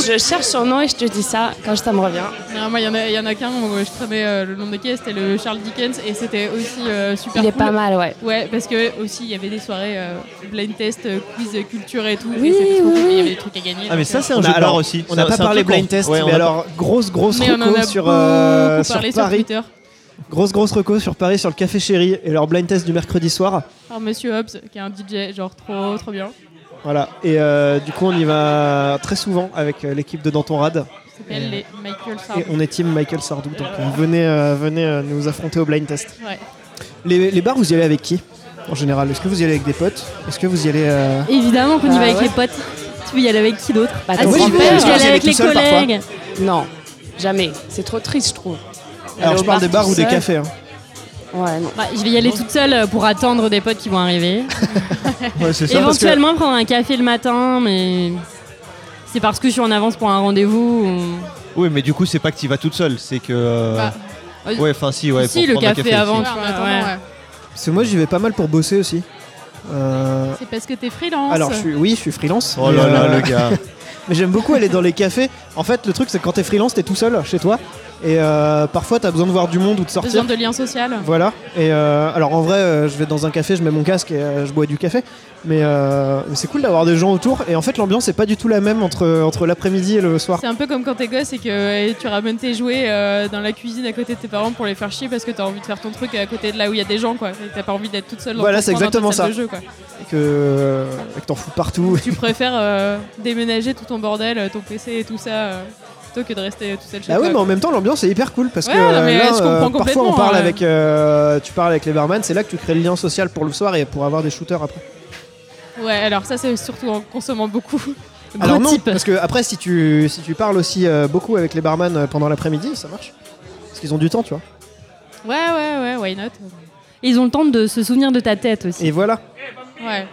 B: Je cherche son nom et je te dis ça quand ça me revient.
F: Non, Moi, il y en a, il y en a qu'un où je traînais euh, le long des quais, c'était le Charles Dickens et c'était aussi euh, super
B: Il est
F: cool.
B: pas mal, ouais.
F: Ouais, parce que aussi il y avait des soirées euh, blind test, euh, quiz euh, culture et tout.
B: Oui,
F: et c'était trop cool,
B: oui.
F: et il y avait des trucs à gagner.
G: Ah, mais
F: donc,
G: ça,
F: euh,
G: c'est un
A: On
G: jeu
A: a-
G: de bar
A: alors,
G: aussi.
A: On n'a
G: C'est un
A: pas parlé
G: truc qu'on-
A: blind test,
G: Ouais, on
A: mais
G: a-
A: alors grosse grosse
F: Mais on en
A: reco
F: a
A: sur,
F: beaucoup
A: euh, sur
F: parlé sur
A: Paris.
F: Twitter.
A: Grosse grosse reco sur Paris sur le Café Chéri et leur blind test du mercredi soir.
F: Par Monsieur Hobbs, qui est un DJ, genre trop, trop bien.
A: Voilà. Et euh, du coup on y va très souvent avec euh, l'équipe de Danton Rad.
F: Il s'appelle les Michael
A: Et
F: Sardou.
A: on est team Michael Sardou. Donc euh, venez euh, venez euh, nous affronter au blind test.
F: Ouais.
A: Les, les bars vous y allez avec qui en général Est-ce que vous y allez avec des potes Est-ce que vous y allez euh,
D: Évidemment qu'on y
B: Bah
D: va avec
B: ouais.
D: les potes. Tu peux y aller avec qui d'autre
B: Bah,
D: Ah,
B: ton
A: oui,
D: si,
A: je
D: tu
A: vais,
D: peux y
B: grand-père,
A: parce que
D: aller
A: j'y allais
D: avec
A: tout
D: les
A: seul parfois.
D: collègues.
B: Non, jamais. C'est trop triste, je trouve.
A: Alors
B: Aller
A: je
B: au
A: parle
B: bar
A: des bars
B: tout
A: ou des
B: seul.
A: cafés. hein.
B: Ouais, non.
D: Bah, je vais y aller toute seule euh, pour attendre des potes qui vont arriver.
G: Ouais, c'est
A: parce
G: ça.
A: que-
D: Éventuellement prendre un café le matin, mais c'est parce que je suis en avance pour un rendez-vous. ou-
G: Oui, mais du coup, c'est pas que tu vas toute seule, c'est que. euh,
F: Bah,
D: euh,
G: ouais, enfin, si, ouais.
D: si,
G: pour
D: le
G: prendre un
D: café avant.
F: Ouais,
G: aussi.
F: en
D: Ouais.
F: attendant, ouais.
A: Parce que moi j'y vais pas mal pour bosser aussi. Euh,
F: C'est parce que t'es freelance.
A: alors je suis, oui je suis freelance.
G: Oh
A: mais,
G: là là,
A: euh,
G: le gars.
A: Mais j'aime beaucoup aller dans les cafés. En fait, le truc, c'est que quand t'es freelance, t'es tout seul chez toi. Et euh, parfois, t'as besoin de voir du monde ou de sortir.
F: Besoin de lien social.
A: Voilà. Et euh, alors, en vrai, euh, je vais dans un café, je mets mon casque et euh, je bois du café. Mais euh, c'est cool d'avoir des gens autour. Et en fait, l'ambiance est pas du tout la même entre, entre l'après-midi et le soir.
F: C'est un peu comme quand t'es gosse et que euh, tu ramènes tes jouets euh, dans la cuisine à côté de tes parents pour les faire chier parce que t'as envie de faire ton truc à côté de là où il y a des gens quoi. Et T'as pas envie d'être toute seule dans
A: Voilà,
F: ton
A: c'est
F: coin, dans ta
A: exactement
F: salle
A: ça.
F: de jeu, quoi.
A: Et que, euh, et que t'en fous partout.
F: Tu préfères euh, déménager tout ton bordel, euh, ton PC et tout ça euh, plutôt que de rester tout seul chez
A: Bah oui, mais
F: toi.
A: en même temps, l'ambiance est hyper cool parce
F: Ouais,
A: que
F: non, mais
A: là,
F: je comprends
A: euh, parfois on
F: complètement, hein.
A: parle
F: ouais.
A: avec, euh, tu parles avec les barman, c'est là que tu crées le lien social pour le soir et pour avoir des shooters après.
F: quoi. Ouais, alors ça c'est surtout en consommant beaucoup.
A: Alors
D: Gros
A: non,
D: type.
A: parce que après, si tu, si tu parles aussi euh, beaucoup avec les barman euh, pendant l'après-midi, ça marche. Parce qu'ils ont du temps, tu vois.
F: Ouais, ouais, ouais, why not
D: Ils ont le temps de se souvenir de ta tête aussi.
A: Et voilà.
F: Ouais,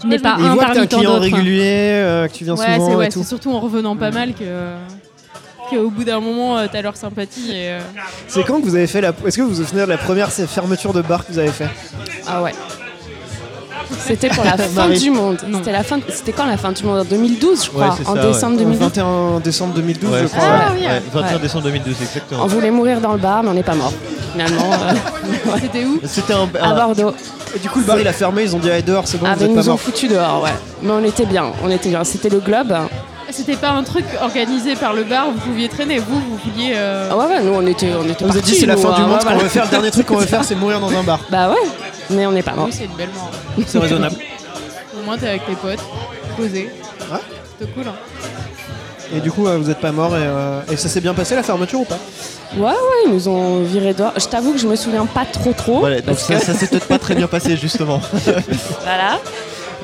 D: Tu n'es pas
A: Ils
D: un
A: voient que t'es un
D: parmi tant
A: client
D: Ah, d'autres. hein.
A: régulier, euh, que tu viens
F: ouais c'est
A: souvent et
F: ouais, c'est
A: tout. Mm.
F: surtout en revenant pas mal que. euh, Qu'au bout d'un moment, euh, t'as leur sympathie. Et, euh,
A: C'est quand que vous avez fait la. Est-ce que vous vous souvenez de la première fermeture de bar que vous avez fait
B: Ah ouais. C'était pour la fin
A: Marie.
B: du monde.
D: Non.
B: C'était la fin. C'était quand la fin du monde En 2012, je crois.
G: Ouais, c'est
B: en
G: ça,
B: décembre
A: Euh,
B: 2012.
A: 21 décembre 2012,
G: Ouais,
A: je
G: c'est
A: crois.
G: ça.
F: Ah, oui.
G: Ouais, 21
B: Ouais.
G: décembre 2012, exactement.
B: On voulait mourir dans le bar, mais on n'est pas mort. Finalement, euh,
F: C'était où
G: C'était un.
B: à
G: un-
B: Bordeaux.
A: Et du coup, le bar il a fermé, ils ont dit allez dehors, c'est bon,
B: Ah,
A: vous
B: mais
A: êtes
B: ils
A: pas
B: nous ont
A: morts.
B: foutu dehors, ouais. Mais on était bien, on était bien. C'était le Globe.
F: C'était pas un truc organisé par le bar, vous pouviez traîner, vous, vous pouviez. euh,
B: Ah ouais, ouais, nous on était, on était
A: On vous a
B: partis,
A: dit c'est la
B: nous,
A: fin du
B: euh,
A: monde,
B: ouais,
A: ce qu'on
B: voilà.
A: veut faire, le dernier truc qu'on veut faire, c'est mourir dans un bar.
B: Bah ouais, mais on n'est pas
A: Ah.
B: mort.
F: Oui, c'est une belle mort.
A: C'est raisonnable.
F: Au moins, t'es avec tes potes, posé.
A: Ouais.
F: C'était cool. hein.
A: Et du coup, euh, vous êtes pas mort et, euh, et ça s'est bien passé la fermeture ou pas
B: Ouais, ouais, ils nous ont viré dehors. Je t'avoue que je me souviens pas trop trop.
G: Voilà, donc ça, ça s'est peut-être pas très bien passé, justement.
B: Voilà.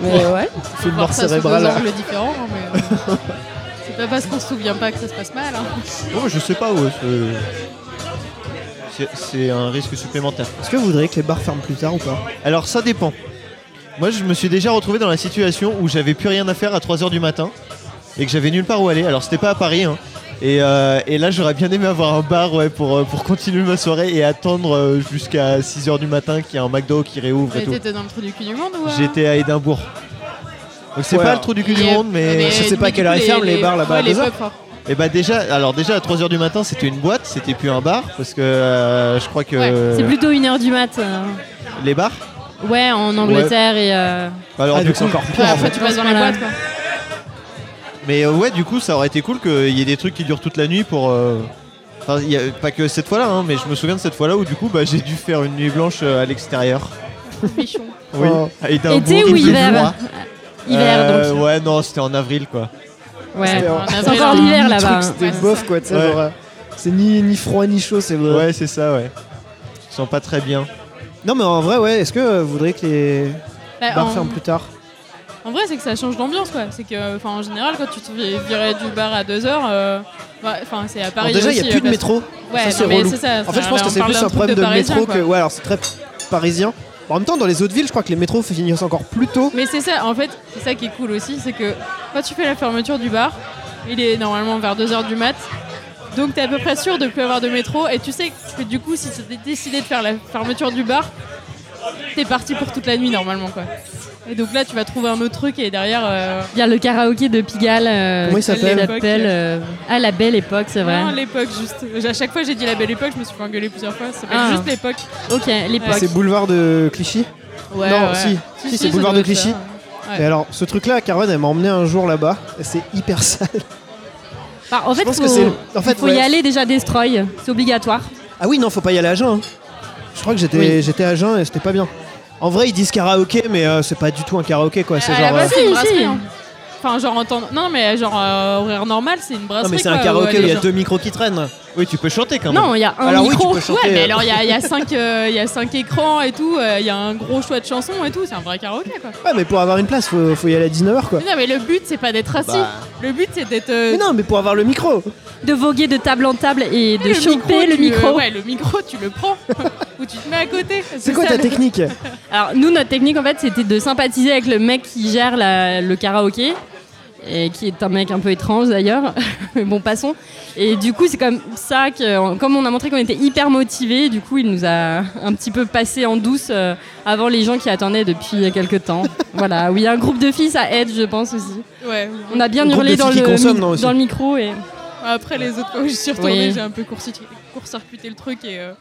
B: Mais ouais.
A: Fait une mort
F: Voir ça sous deux
A: cérébrale.
F: angles différents, hein, mais. euh, C'est pas parce qu'on se souvient pas que ça se passe mal. hein.
G: Oh, je sais pas, ouais. c'est- c'est- C'est un risque supplémentaire.
A: hein. Est-ce que vous voudriez que les bars ferment plus tard ou pas
G: Alors ça dépend. Moi je me suis déjà retrouvé dans la situation où j'avais plus rien à faire à 3h du matin et que j'avais nulle part où aller. Alors c'était pas à Paris hein. Et, euh, et là j'aurais bien aimé avoir un bar ouais, pour, euh, pour continuer ma soirée et attendre euh, jusqu'à 6h du matin qu'il y a un McDo qui réouvre et
F: Mais
G: tout.
F: T'étais dans le trou du cul du monde ou euh
G: J'étais à Édimbourg. Donc c'est
A: Ouais,
G: pas
A: alors.
G: le trou du cul du
F: Mais-
G: monde mais...
F: mais-
A: je sais pas
F: mais
A: à quelle
F: du
A: heure
F: coup,
A: ils ferment, les bars là-bas, à
F: ouais, les
A: deux heures.
F: pubs, hein. quoi.
G: Et bah déjà, alors déjà à 3h du matin c'était une boîte, c'était plus un bar parce que euh, je crois que
F: Ouais,
D: C'est plutôt une heure du mat. euh.
G: les bars.
D: Ouais, en Angleterre et. euh,
G: Alors
A: Ah,
G: du
A: donc
G: coup,
A: c'est encore pire.
F: Ouais,
A: en
F: après,
A: fait.
F: tu passes dans la
D: Voilà.
F: boîte. Quoi.
G: Mais euh, ouais, du coup, ça aurait été cool qu'il y ait des trucs qui durent toute la nuit pour. euh, Enfin, il y a- pas que cette fois-là, hein, mais je me souviens de cette fois-là où du coup, bah, j'ai dû faire une nuit blanche euh, à l'extérieur.
F: Bichon.
A: Oh.
G: à Édimbourg,
D: Été
G: il
D: ou
G: pleut
D: hiver
G: du mois.
D: Hiver,
G: Euh,
D: donc.
G: Ouais, non, c'était en avril quoi.
D: Ouais.
A: C'est
F: en
D: C'est
F: avril,
D: encore
F: hein.
D: l'hiver
A: Le
D: là-bas.
A: truc, c'était
F: Ouais, c'est
A: bof
F: ça.
A: quoi, tu sais,
G: Ouais.
A: genre, euh, C'est ni, ni froid ni chaud, c'est vrai.
G: Ouais, c'est ça, ouais. Je te sens pas très bien.
A: Non, mais en vrai, ouais, est-ce que euh, vous voudriez que les
F: Bah,
A: bars
F: en,
A: ferment plus tard
F: en vrai, c'est que ça change d'ambiance, quoi. C'est que, enfin, en général, quand tu te fais virer du bar à 2 heures, euh, bah, enfin, c'est à Paris.
A: Alors Déjà, il
F: aussi, euh,
A: n'y a plus de
F: parce-
A: métro.
F: Ouais,
A: Ça, c'est
F: non, mais
A: relou.
F: c'est ça.
A: En fait,
F: ça,
A: je pense
F: là,
A: que
F: on
A: c'est
F: parle
A: plus
F: d'un
A: un
F: truc
A: problème de,
F: Parisien,
A: métro
F: quoi.
A: que. Ouais, alors c'est très parisien. En même temps, dans les autres villes, je crois que les métros finissent encore plus tôt.
F: Mais c'est ça, en fait, c'est ça qui est cool aussi, c'est que quand tu fais la fermeture du bar, il est normalement vers 2h du mat. Donc t'es à peu près sûr de plus avoir de métro et tu sais que du coup si t'étais décidé de faire la fermeture du bar, t'es parti pour toute la nuit normalement quoi. Et donc là tu vas trouver un autre truc et derrière euh,
D: Il y a le karaoké de Pigalle. euh,
A: Comment il
D: qui
A: s'appelle
D: s'appelle, euh, Ah, la belle époque, c'est vrai.
F: non, l'époque juste. À chaque fois j'ai dit la belle époque, je me suis fait engueuler plusieurs fois, c'est
D: Ah.
F: juste l'époque.
D: Ok, l'époque.
A: C'est boulevard de Clichy
F: Ouais,
A: Non,
F: ouais.
A: si. Si, c'est boulevard
F: ça doit
A: de
F: être ça.
A: Clichy.
F: Ouais.
A: Et alors, ce truc-là, Caron, elle m'a emmené un jour là-bas. et C'est hyper sale.
D: Bah, en fait,
A: je pense
D: faut,
A: que c'est. En fait,
D: il faut
A: ouais.
D: y aller déjà destroy, c'est obligatoire.
A: Ah oui, non, faut pas y aller à jeun. hein. Je crois que j'étais
D: Oui.
A: j'étais à jeun et c'était pas bien. En vrai, ils disent karaoké, mais euh, c'est pas du tout un karaoké quoi. C'est
F: à la
A: genre. euh,
F: base, c'est
D: Si,
F: une
D: si.
F: brasserie. hein. Enfin, genre en temps- Non, mais genre euh, horaire normal, c'est une
A: Non,
F: brasserie.
A: mais c'est un
F: quoi,
A: karaoké où
F: où, euh,
A: il y
F: les
A: a
F: gens-
A: deux micros qui traînent.
G: Oui, tu peux chanter quand même.
D: Non, il y a un
A: Alors oui, tu
D: micro.
A: peux chanter.
F: Ouais, mais
A: euh,
F: alors il y a, il y a cinq, euh, il y a cinq écrans et tout, euh, il y a un gros choix de chansons et tout, c'est un vrai karaoké quoi.
A: Ouais, mais pour avoir une place, faut, faut y aller à 19h quoi.
F: Mais non, mais le but c'est pas d'être assis,
A: Bah.
F: le but c'est d'être. euh,
A: Mais non, mais pour avoir le micro.
D: de voguer de table en table et de
F: le
D: choper le
F: tu, euh,
D: micro.
F: ouais, le micro, tu le prends ou tu te mets à côté.
A: C'est quoi
F: ça,
A: ta
F: le-
A: technique
D: Alors nous, notre technique en fait, c'était de sympathiser avec le mec qui gère la- le karaoké. Et qui est un mec un peu étrange d'ailleurs, mais bon passons. Et du coup c'est comme ça que, comme on a montré qu'on était hyper motivés, du coup il nous a un petit peu passé en douce euh, avant les gens qui attendaient depuis quelques temps. voilà, oui un groupe de filles ça aide je pense aussi.
F: Ouais.
D: On a bien
A: Un groupe de
D: hurlé dans
A: filles
D: le,
A: qui consomment,
D: mi-
A: non, aussi.
D: dans le micro et
F: Après les autres fois où je suis retournée,
D: Oui.
F: j'ai un peu court-circuité court-circuité le truc et, euh,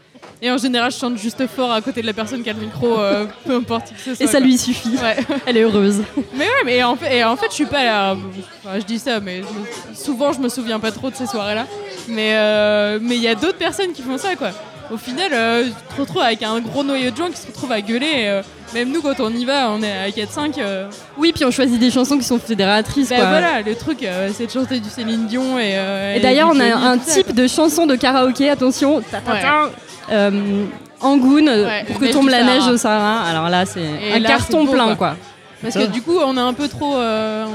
F: et en général je chante juste fort à côté de la personne qui a le micro, euh, peu importe qui que ce soit.
D: et ça
F: quoi.
D: lui suffit.
F: Ouais.
D: Elle est heureuse.
F: Mais ouais, mais en fait, et en fait je suis pas là. enfin, je dis ça, mais je- souvent, je me souviens pas trop de ces soirées-là. Mais euh, mais il y a d'autres personnes qui font ça, quoi. Au final, euh, tu te retrouves avec un gros noyau de gens qui se retrouvent à gueuler. et, euh, même nous, quand on y va, on est à 4-5. euh,
D: Oui puis on choisit des chansons qui sont fédératrices.
A: Ben
F: bah
D: quoi.
F: voilà, le truc, euh, c'est de chanter du Céline Dion. Et, euh,
D: Et
F: et
D: d'ailleurs,
F: du
D: on a
F: Johnny,
D: un
F: tout ça,
D: type de chanson de karaoké, attention, ta, ta, ta, euh, Angoune,
F: Ouais,
D: pour que
F: Neige
D: tombe
F: du
D: la
F: Sahara.
D: neige au Sahara. Alors là, c'est
F: Et
D: un
F: là,
D: carton
F: c'est beau,
D: plein,
F: quoi.
D: quoi.
F: Parce que du coup, on a un peu trop, euh,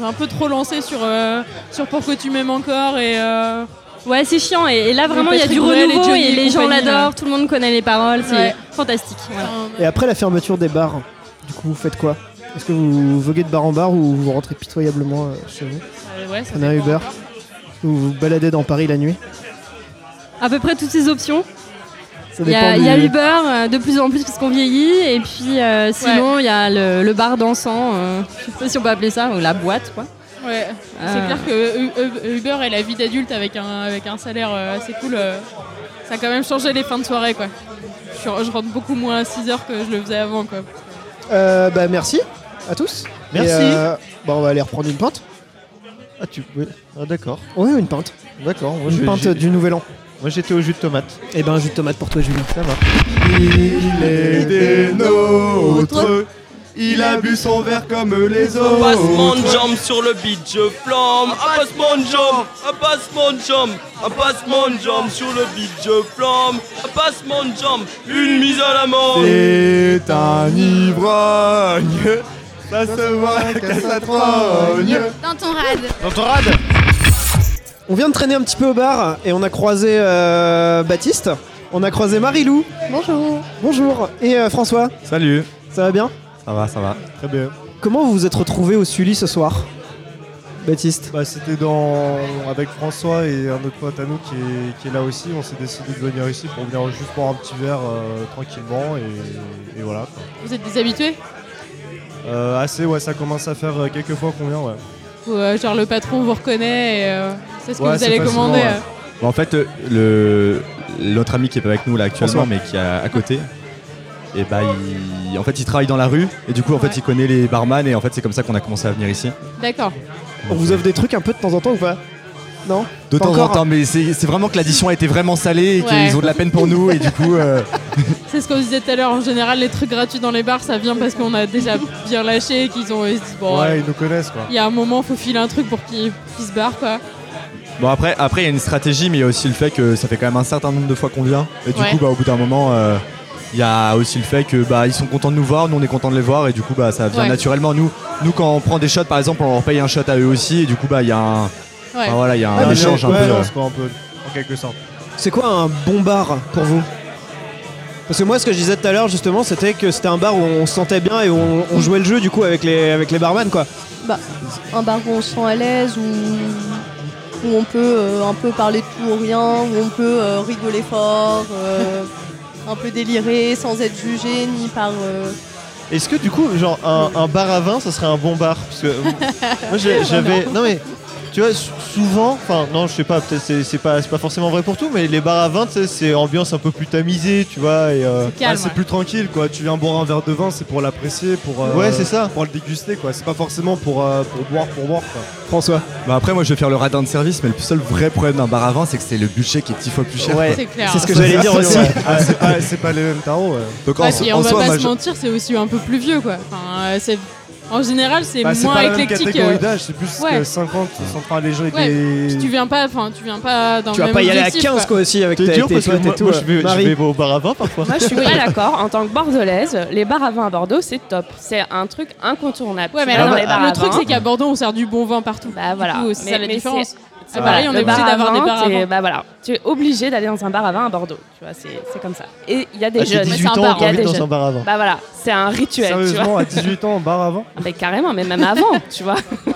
F: on a un peu trop lancé sur, euh, sur pourquoi tu m'aimes encore et. euh,
D: Ouais, c'est chiant. Et, et là, vraiment, il y a
F: Patrick
D: du
F: Bruel et
D: renouveau
F: Johnny
D: et,
F: et
D: les gens
F: compagnie, là.
D: l'adorent. Tout le monde connaît les paroles. C'est
F: Ouais.
D: fantastique. voilà.
F: enfin,
A: Et après la fermeture des bars, du coup, vous faites quoi Est-ce que vous voguez de bar en bar ou vous rentrez pitoyablement euh, chez vous
F: euh, ouais, ça
A: Prenez un
F: dépend
A: Uber.
F: encore.
A: Ou vous vous baladez dans Paris la nuit
D: À peu près toutes ces options.
A: Ça
D: Il y a,
A: du-
D: il y a Uber euh, de plus en plus parce qu'on vieillit. Et puis, euh, sinon, il y a le, le bar dansant. euh, je sais pas si on peut appeler ça, ou la boîte, quoi.
F: Ouais, c'est
D: Euh.
F: clair que U- U- Uber et la vie d'adulte avec un, avec un salaire euh, assez cool, euh, ça a quand même changé les fins de soirée quoi. Je, suis- je rentre beaucoup moins à 6 heures que je le faisais avant quoi.
A: Euh, bah merci à tous.
G: Merci.
A: Et, euh, bah, on va aller reprendre une pinte.
G: Ah, tu peux. Ah, d'accord.
A: Ouais, une pinte.
G: D'accord. Moi,
A: Une
G: je-
A: pinte
G: j'ai-
A: du Nouvel An.
G: Moi, j'étais au jus de tomate.
A: Et ben, jus de tomate pour toi, Julien.
G: Ça va.
C: Il est des nôtres. Il a bu son verre comme les autres.
E: Passe mon jambe sur le beat, je flambe. Ah, Passe mon jambe, ah, passe mon jambe, ah, passe mon jambe sur le beat, je flambe. Ah, Passe mon jambe, une mise à la mort.
C: C'est un ivrogne. Ça se voit qu'à sa trogne.
H: Dans ton rad.
G: Dans ton rad
A: On vient de traîner un petit peu au bar et on a croisé euh, Baptiste. On a croisé Marilou. Bonjour. Bonjour. Et euh, François,
C: Salut.
A: ça va bien
C: Ça va, ça va.
G: Très bien.
A: Comment vous vous êtes retrouvés au Sully ce soir Baptiste.
C: Bah, c'était dans avec François et un autre pote à nous qui est, qui est là aussi. On s'est décidé de venir ici pour venir juste boire un petit verre euh, tranquillement et, et voilà. quoi.
F: Vous êtes des habitués
C: Euh, assez, ouais, ça commence à faire euh, quelques fois qu'on vient, ouais.
F: Ou euh, genre le patron vous reconnaît et euh, c'est ce que
C: Ouais,
F: vous
C: c'est
F: allez
C: facilement,
F: commander
C: ouais.
F: euh.
I: Bon, en fait, euh, le, l'autre ami qui est pas avec nous là actuellement, mais qui est à, à côté, et bah, il, en fait, il travaille dans la rue, et du coup, en
F: Ouais.
I: fait, il connaît les barman, et en fait, c'est comme ça qu'on a commencé à venir ici.
F: euh. D'accord.
A: On vous offre des trucs un peu de temps en temps ou pas Non
I: De temps en
A: Encore
I: temps, mais c'est, c'est vraiment que l'addition a été vraiment salée, et
F: Ouais.
I: qu'ils ont de la peine pour nous, et du coup, euh,
F: C'est ce qu'on disait tout à l'heure. En général, les trucs gratuits dans les bars, ça vient parce qu'on a déjà bien lâché et qu'ils ont. Ils se disent, bon,
D: Ouais, ils nous connaissent quoi.
F: il y a un moment, faut filer un truc pour qu'ils qu'ils se barrent, quoi.
G: Bon après, après il y a une stratégie, mais il y a aussi le fait que ça fait quand même un certain nombre de fois qu'on vient. Et du
F: Ouais.
G: coup, bah, au bout d'un moment, euh, il y a aussi le fait que bah ils sont contents de nous voir, nous on est contents de les voir, et du coup bah ça vient
F: Ouais.
G: naturellement. Nous, nous quand on prend des shots, par exemple, on leur paye un shot à eux aussi, et du coup bah il y a un,
F: Ouais.
G: enfin, voilà, il y a un
D: Ouais,
G: échange un
D: ouais,
G: peu.
D: non,
G: euh.
D: c'est pas un peu, en quelque sorte.
A: C'est quoi un bon bar pour vous Parce que moi, ce que je disais tout à l'heure, justement, c'était que c'était un bar où on se sentait bien et où on, on jouait le jeu, du coup, avec les, avec les barman, quoi.
J: un bar où on se sent à l'aise, où, où on peut euh, un peu parler de tout ou rien, où on peut euh, rigoler fort, euh, un peu délirer sans être jugé ni par. euh,
K: Est-ce que du coup, genre un, un bar à vin, ça serait un bon bar Parce que euh, moi j'ai- j'avais. Non mais tu vois, sou- souvent, enfin non, je sais pas, peut-être c'est c'est pas, c'est pas forcément vrai pour tout, mais les bars à vin, tu sais, c'est ambiance un peu plus tamisée, tu vois. Et, euh,
F: C'est calme.
D: Ouais, c'est plus tranquille quoi. Tu viens boire un verre de vin, c'est pour l'apprécier, pour. euh,
K: Ouais, c'est ça.
D: Pour le déguster quoi. C'est pas forcément pour, euh, pour boire, pour boire quoi.
A: François.
G: Bah après moi je vais faire le radin de service, mais le seul vrai problème d'un bar à vin, c'est que c'est le budget qui est 10 fois plus cher.
F: ouais.
K: Ouais.
F: C'est clair.
A: C'est ce que j'allais dire aussi.
D: Ah, c'est pas, c'est pas les mêmes tarots. ouais.
G: Donc en,
F: Ouais, puis
G: en
F: on va
G: soi,
F: pas
G: moi,
F: se
G: je-
F: mentir, c'est aussi un peu plus vieux, quoi. Enfin, euh, c'est- en général, c'est
D: Bah, c'est
F: moins
D: pas la même
F: éclectique.
D: catégorie
F: euh,
D: d'âge, c'est plus
F: ouais.
D: que 50, 60 les gens avec
F: Ouais,
D: des.
F: puis tu viens pas, enfin, tu viens pas dans
A: Tu
F: le
A: vas
F: même
A: pas y aller à
F: objectif,
A: 15, quoi, aussi, avec
K: C'est
A: tes,
K: dur
A: tes
K: parce que
A: potes
K: moi,
A: et tout.
K: moi,
A: euh.
K: je, vais,
A: Marie.
K: je vais au bar à vin parfois.
B: Moi, je suis pas d'accord. En tant que bordelaise, les bars à vin à Bordeaux, c'est top. C'est un truc incontournable.
F: Ouais,
B: Tu
F: mais
B: vas
F: alors,
B: dans les bars à
F: le truc,
B: vin,
F: c'est qu'à Bordeaux, on sert du bon vin partout.
B: Bah,
F: Du
B: voilà.
F: coup, c'est
B: Mais-
F: ça la
B: mais
F: différence.
B: c'est- Ah,
F: À Paris, on
B: Le
F: est obligé
B: bar à
F: d'avoir des
B: vin,
F: bars à
B: t'es-
F: vin.
B: Bah voilà, tu es obligé d'aller dans un bar à vin à Bordeaux. Tu vois, c'est c'est comme ça. Et il y a des
K: Ah, J'ai
B: jeunes.
K: 18
B: c'est un
K: ans,
B: bar,
K: j'ai
B: il y a
K: envie
B: des
K: dans un
B: jeunes.
K: bar à vin.
B: Bah voilà, c'est un rituel, tu vois.
D: Sérieusement, à 18 ans, en bar avant
B: Ah, bah, carrément, mais même avant, tu vois.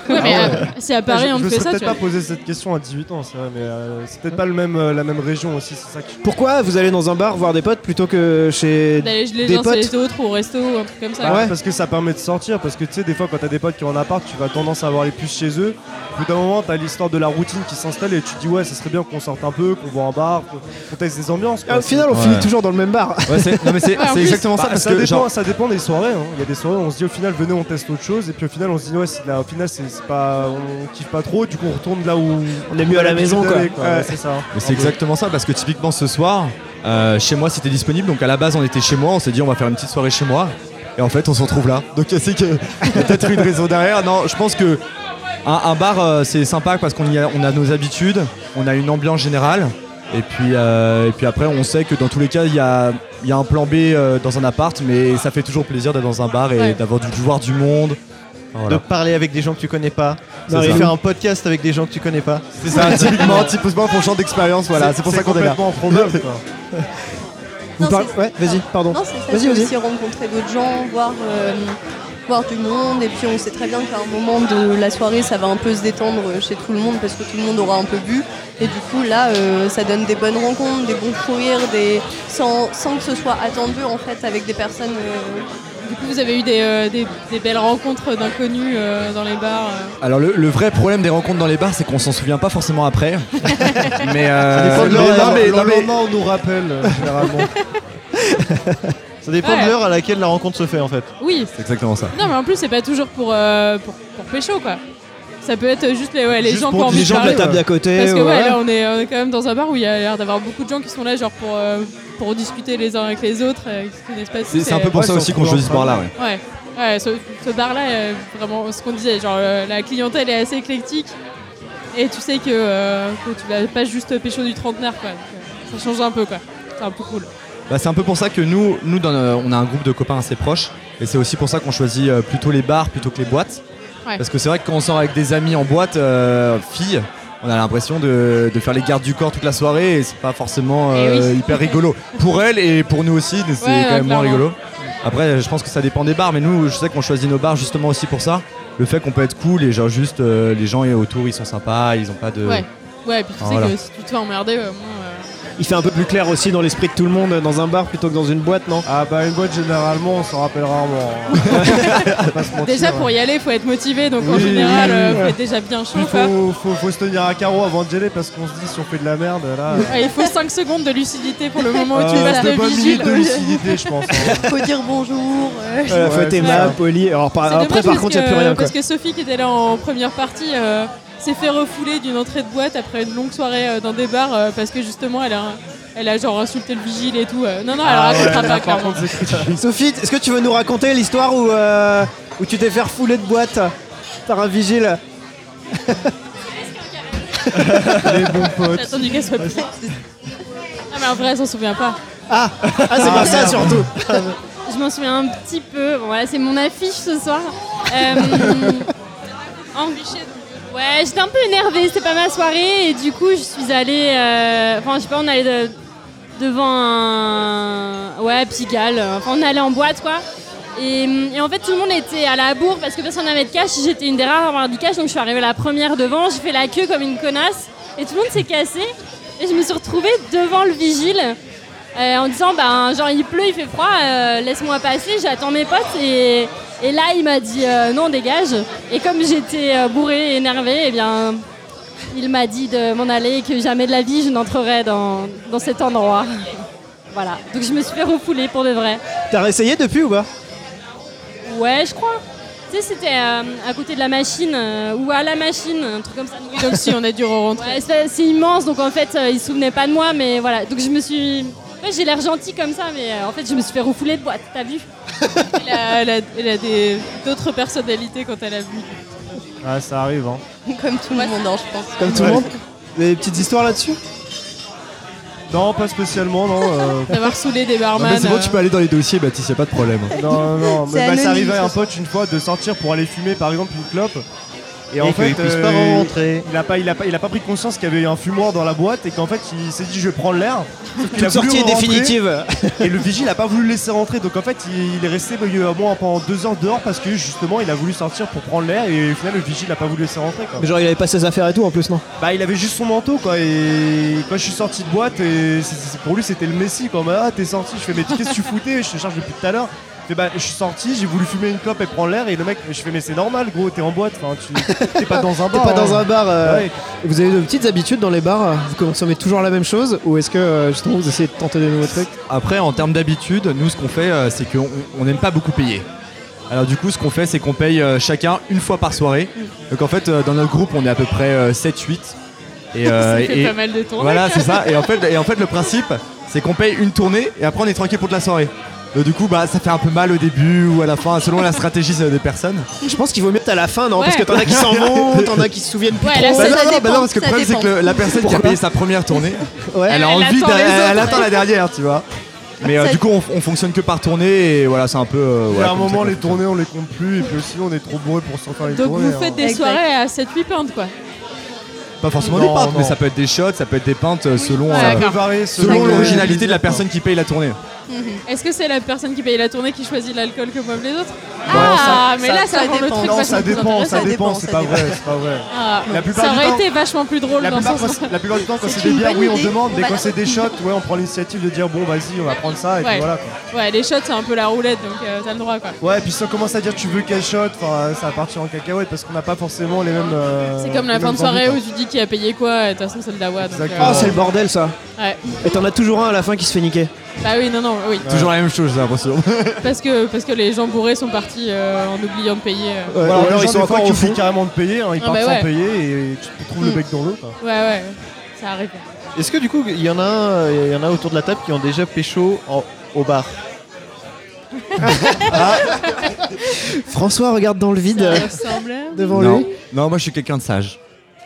F: Ouais, mais euh, si à Paris,
D: je,
F: on
D: je
F: te
D: me
F: fait
D: serais
F: ça, tu
D: peut-être pas
F: vois.
D: posé cette question à 18 ans, c'est vrai, mais euh, c'est peut-être pas le même, euh, la même région aussi, c'est ça qui.
A: Pourquoi vous allez dans un bar voir des potes plutôt que chez. Ah
F: D'aller les
A: Des
F: uns sur
A: potes.
F: les autres ou au resto ou un truc comme ça.
D: Bah, Parce que ça permet de sortir, parce que tu sais, des fois quand t'as des potes qui ont en appart, tu vas tendance à avoir les puces chez eux. Au bout d'un moment, t'as l'histoire de la routine qui s'installe et tu te dis, ouais, ça serait bien qu'on sorte un peu, qu'on voit un bar, qu'on qu'on teste des ambiances. quoi.
A: Ah, au final, on
G: Ouais.
A: finit toujours dans le même bar.
G: Ouais, c'est- non, mais c'est
F: Ouais, en
G: c'est
F: plus-
G: exactement
D: Bah,
G: ça parce
D: ça,
G: que
D: dépend,
G: genre,
D: ça dépend des soirées. hein. Il y a des soirées où on se dit au final venez on teste autre chose et puis au final on se dit ouais c'est de la- au final c'est c'est pas on kiffe pas trop du coup on retourne là où
A: On est mieux à la maison, quoi.
D: Ouais,
A: Ouais.
D: c'est
K: hein.
D: ça.
G: Mais c'est exactement ça parce que typiquement ce soir, euh, chez moi c'était disponible donc à la base on était chez moi, on s'est dit on va faire une petite soirée chez moi et en fait on se retrouve là. Donc c'est que il y a peut-être une raison derrière. Non, je pense que un, un bar euh, c'est sympa parce qu'on y a, on a nos habitudes, on a une ambiance générale et puis, euh, et puis après on sait que dans tous les cas il y a, il y a un plan B euh, dans un appart mais ça fait toujours plaisir d'être dans un bar et
F: Ouais.
G: d'avoir du de voir du monde.
K: De
G: Voilà.
K: parler avec des gens que tu connais pas,
G: C'est
K: de
G: ça.
K: faire un podcast avec des gens que tu connais pas.
G: C'est ça, typiquement, typiquement pour champ d'expérience, voilà, c'est pour ça qu'on est là.
D: complètement improbable, quoi.
A: Vous
J: Non,
A: parlez-
J: c'est-
A: Ouais, vas-y, pardon.
J: Non, c'est ça,
A: Vas-y,
J: c'est
A: vas-y.
J: aussi rencontrer d'autres gens, voir, euh, voir du monde. Et puis on sait très bien qu'à un moment de la soirée, ça va un peu se détendre chez tout le monde parce que tout le monde aura un peu bu. Et du coup, là, euh, ça donne des bonnes rencontres, des bons sourires, des... sans, sans que ce soit attendu en fait avec des personnes. euh,
F: Du coup, vous avez eu des, euh, des, des belles rencontres d'inconnus euh, dans les bars. euh.
G: Alors le, le vrai problème des rencontres dans les bars, c'est qu'on s'en souvient pas forcément après. mais euh,
K: dépend de
G: mais
K: l'heure et
G: non,
K: la-
G: mais-
K: l'heure
G: non, mais-
K: et la-
D: on nous rappelle euh, généralement.
K: Ça dépend
F: Ouais.
K: de l'heure à laquelle la rencontre se fait en fait.
F: Oui,
G: C'est exactement ça.
F: non, mais en plus, c'est pas toujours pour, euh, pour, pour pécho, quoi. Ça peut être juste les, ouais, les
D: Juste
F: gens qui
D: pour
F: ont
D: des
F: envie
A: Les
F: de
A: gens de
F: parler.
A: la table d'à côté.
F: Parce que ouais,
A: ouais.
F: là on est, on est quand même dans un bar où il y a l'air d'avoir beaucoup de gens qui sont là genre pour, euh, pour discuter les uns avec les autres, euh, qui se connaissent pas tous,
G: C'est c'est un
F: et-
G: peu pour
D: ouais,
G: ça
D: c'est
G: aussi
D: un
G: qu'on
D: peu
G: choisit ce
D: leur
G: bar-là.
D: travail.
G: ouais.
F: Ouais, ouais ce, ce bar-là, euh, vraiment ce qu'on disait, genre euh, la clientèle est assez éclectique et tu sais que, euh, que tu vas pas juste pécho du trentenaire quoi. Donc, euh, Ça change un peu quoi. C'est un peu cool.
G: Bah, c'est un peu pour ça que nous, nous dans, euh, on a un groupe de copains assez proches, et c'est aussi pour ça qu'on choisit euh, plutôt les bars plutôt que les boîtes.
F: Ouais.
G: Parce que c'est vrai que quand on sort avec des amis en boîte, euh, filles, on a l'impression de, de faire les gardes du corps toute la soirée, et c'est pas forcément
F: Eh
G: euh,
F: oui.
G: hyper rigolo. Pour elles et pour nous aussi, c'est
F: ouais,
G: quand même moins
F: clairement.
G: rigolo. Après, je pense que ça dépend des bars, mais nous, je sais qu'on choisit nos bars justement aussi pour ça. Le fait qu'on peut être cool et genre juste euh, les gens autour ils sont sympas, ils ont pas de.
F: Ouais. Ouais, et puis tu
G: Ah,
F: sais
G: voilà.
F: que si tu te fais emmerder, euh, au moins, euh,
A: Il fait un peu plus clair aussi dans l'esprit de tout le monde dans un bar plutôt que dans une boîte, non
D: Ah bah une boîte généralement on s'en rappelle rarement. hein. On va pas se mentir,
F: déjà
D: hein.
F: pour y aller, faut être motivé, donc en
D: Oui,
F: général,
D: oui,
F: euh,
D: oui,
F: faut
D: ouais.
F: être déjà bien chaud
D: Puis
F: quoi.
D: faut, faut, faut se tenir à carreau avant d'y aller parce qu'on se dit si on fait de la merde là. euh,
F: Ouais, il faut 5 secondes de lucidité pour le moment où tu
D: euh,
F: passes
D: de
F: le
D: bonnes minutes
F: vigile.
D: de lucidité je pense. hein.
J: faut dire bonjour. euh,
A: Euh, Faut
D: Ouais,
A: être
D: c'est
A: aimable,
D: ça.
A: poli. Alors, par-
F: C'est
A: après,
F: dommage
A: par
F: parce
A: contre, il n'y a
F: que-
A: plus rien. quoi.
F: Parce que Sophie, qui était là en première partie, euh, s'est fait refouler d'une entrée de boîte après une longue soirée euh, dans des bars euh, parce que justement, elle a, Elle a genre insulté le vigile et tout. euh, Non, non, elle
D: Ah
F: racontera pas,
G: Par
F: clairement.
G: contre, c'est critique.
A: Sophie, est-ce que tu veux nous raconter l'histoire où, euh, où tu t'es fait refouler de boîte par un vigile
F: J'ai attendu qu'elle soit plus. Ah, mais en vrai, elle s'en souvient pas.
A: Ah, ah, c'est pas ça surtout
D: Je m'en souviens un petit peu. Bon, voilà, c'est mon affiche ce soir. Euh, en- Ouais, j'étais un peu énervée, c'était pas ma soirée et du coup je suis allée. euh, Enfin, je sais pas, on allait de- devant un. Ouais, Pigalle. Enfin, on allait en boîte quoi. Et, et en fait, tout le monde était à la bourre parce que personne n'avait de cash. J'étais une des rares à avoir du cash, donc je suis arrivée la première devant. J'ai fait la queue comme une connasse et tout le monde s'est cassé. Et je me suis retrouvée devant le vigile. Euh, en disant ben genre il pleut, il fait froid, euh, laisse-moi passer, j'attends mes potes et, et là il m'a dit euh, non dégage et comme j'étais euh, bourrée et énervée eh bien il m'a dit de m'en aller et que jamais de la vie je n'entrerai dans, dans cet endroit. Voilà, donc je me suis fait refouler pour de vrai.
A: T'as réessayé depuis ou pas
D: Ouais je crois. Tu sais c'était euh, à côté de la machine euh, ou à la machine, un truc comme ça.
F: Oui, Donc, si, on a dû re-rentrer.
D: Ouais, c'est c'est immense, donc en fait, euh, ils se souvenaient pas de moi, mais voilà. Donc je me suis. Ouais, j'ai l'air gentil comme ça, mais euh, en fait, je me suis fait refouler de boîte, t'as vu
F: Elle a, elle a- elle a des- d'autres personnalités quand elle a vu.
G: Ah, ça arrive, hein.
L: Comme tout le monde, hein, je pense.
A: Comme tout le
G: Ouais.
A: monde Des petites histoires là-dessus
G: Non, pas spécialement, non. euh,
F: D'avoir saoulé des
B: Non,
F: barman.
B: Ah, mais c'est bon,
F: euh,
B: tu peux aller dans les dossiers, Baptiste, y a pas de problème.
G: Non, non, non,
L: C'est
G: mais bah,
L: anonyme,
G: c'est arrivé à
L: ça.
G: un pote une fois de sortir pour aller fumer par exemple une clope. Et, en fait,
M: qu'il puisse
G: euh,
M: pas rentrer.
G: il a pas, il a pas, il a pas pris conscience qu'il y avait un fumoir dans la boîte et qu'en fait il s'est dit je vais prendre l'air. Sauf qu'il a
A: Toute
G: voulu
A: sortie est
G: rentrer,
A: définitive
G: Et le vigile a pas voulu le laisser rentrer donc en fait il, il est resté euh, bon, pendant deux heures dehors parce que justement il a voulu sortir pour prendre l'air et au final le vigile a pas voulu le laisser rentrer. Quoi.
A: Mais genre il avait pas ses affaires et tout en plus non
G: Bah il avait juste son manteau quoi et quand je suis sorti de boîte et c'est- c'est- pour lui c'était le messie quoi bah, ah t'es sorti je fais mais qu'est-ce que tu foutais je te charge depuis tout à l'heure je fais, bah je suis sorti j'ai voulu fumer une clope et prendre l'air et le mec je fais mais c'est normal gros t'es en boîte enfin tu t'es pas dans un
A: T'es
G: bar
A: pas dans
G: hein.
A: un bar euh,
G: Ouais.
A: et Vous avez de petites habitudes dans les bars euh, Vous consommez toujours la même chose Ou est-ce que euh, justement vous essayez de tenter des nouveaux trucs
B: Après, en termes d'habitude, nous, ce qu'on fait, euh, c'est qu'on on n'aime pas beaucoup payer. Alors du coup, ce qu'on fait, c'est qu'on paye euh, chacun une fois par soirée. Donc en fait, euh, dans notre groupe, on est à peu près 7-8. Et, euh,
F: ça fait
B: et-
F: pas mal de tournées.
B: voilà, c'est ça. Et en fait, et en fait le principe, c'est qu'on paye une tournée et après on est tranquille pour de la soirée. Donc, du coup, bah, ça fait un peu mal au début ou à la fin, selon la stratégie euh, des personnes.
A: Je pense qu'il vaut mieux être à la fin non
F: Ouais.
A: Parce que t'en as qui s'en vont, t'en as qui se souviennent plus
F: Ouais, là,
A: trop.
B: Bah
L: Ça
B: non, non,
L: dépend,
B: bah non, parce que le
L: ça
B: problème, c'est que
L: dépend.
B: le- la personne qui a
A: Pourquoi
B: payé sa première tournée,
A: Ouais.
B: elle
F: Elle
B: a envie
F: attend
B: d'aller-
F: les
B: elle,
F: autres.
B: attend la dernière, tu vois. Mais euh,
L: Ça-
B: du coup, on, on fonctionne que par tournée et voilà, c'est un peu. euh,
G: Et
B: voilà,
G: à un
B: comme ça
G: moment
B: qu'on
G: les
B: fonctionne.
G: tournées on les compte plus et puis aussi on est trop bourré pour s'en faire les
F: Donc,
G: tournées
F: vous faites
G: hein.
F: des
L: Exact.
F: soirées à 7-8 pintes, quoi.
B: Pas forcément
G: Non,
B: des pintes, mais
G: non.
B: ça peut être des shots, ça peut être des pintes euh, selon,
F: Ouais,
B: euh,
G: Ça peut varier
B: selon
G: le-
B: l'originalité de la personne qui paye la tournée.
F: Est-ce que c'est la personne qui paye la tournée qui choisit l'alcool que boivent les autres Ah, mais
L: ça-
F: là,
L: ça
F: ça, rend le
L: dépend.
F: truc
G: non
F: vachement
G: ça
F: plus
G: dépend ça
F: intéressant.
L: ça
G: dépend
L: dépend,
G: c'est
L: ça
G: pas
L: dépend.
G: vrai c'est pas vrai
F: Ah,
G: La plupart
F: ça
G: du
F: aurait
G: temps-
F: été vachement plus drôle
G: La
F: dans le
G: plupart,
F: sens.
G: quand- la plupart du temps, quand
L: C'est
G: c'est des
L: une
G: bières,
L: bonne
G: oui, on
L: idée.
G: demande, mais
L: On va-
G: quand c'est des shots, ouais, on prend l'initiative de dire bon, vas-y, on va prendre ça, et
F: Ouais.
G: puis voilà. Quoi.
F: Ouais, les shots, c'est un peu la roulette, donc euh, t'as le droit, quoi.
G: Ouais, et puis si on commence à dire tu veux quel shot, enfin, euh, ça va partir en cacahuète parce qu'on n'a pas forcément les mêmes. euh,
F: C'est comme la
G: les
F: fin
G: mêmes
F: de soirée où
G: envies,
F: tu dis qui a payé quoi, et de toute façon, c'est le dawa. Donc, euh,
G: Exactement.
A: Ah c'est le bordel ça
F: ouais.
A: Et t'en as toujours un à la fin qui se fait niquer
F: Bah oui, non, non, oui.
B: Toujours la même chose, j'ai l'impression.
F: Parce que, parce que les gens bourrés sont partis euh, en oubliant de payer. euh.
G: quoi.
A: Ouais,
G: Ou
A: ou
G: alors ils sont
A: encore
G: encore
A: au
G: qui
A: fond.
G: oublient carrément de payer, hein, ils
F: Ah,
G: partent
F: bah
G: sans
F: ouais. Hmm.
G: payer et tu te trouves le bec dans l'eau. quoi.
F: Ouais, ouais, ça arrive.
M: Est-ce que du coup, il y en a un, il y en a autour de la table qui ont déjà pécho en- au bar
A: François regarde dans le vide euh,
F: Ça ressemble à-
A: devant
B: Non.
A: lui
B: non, moi je suis quelqu'un de sage.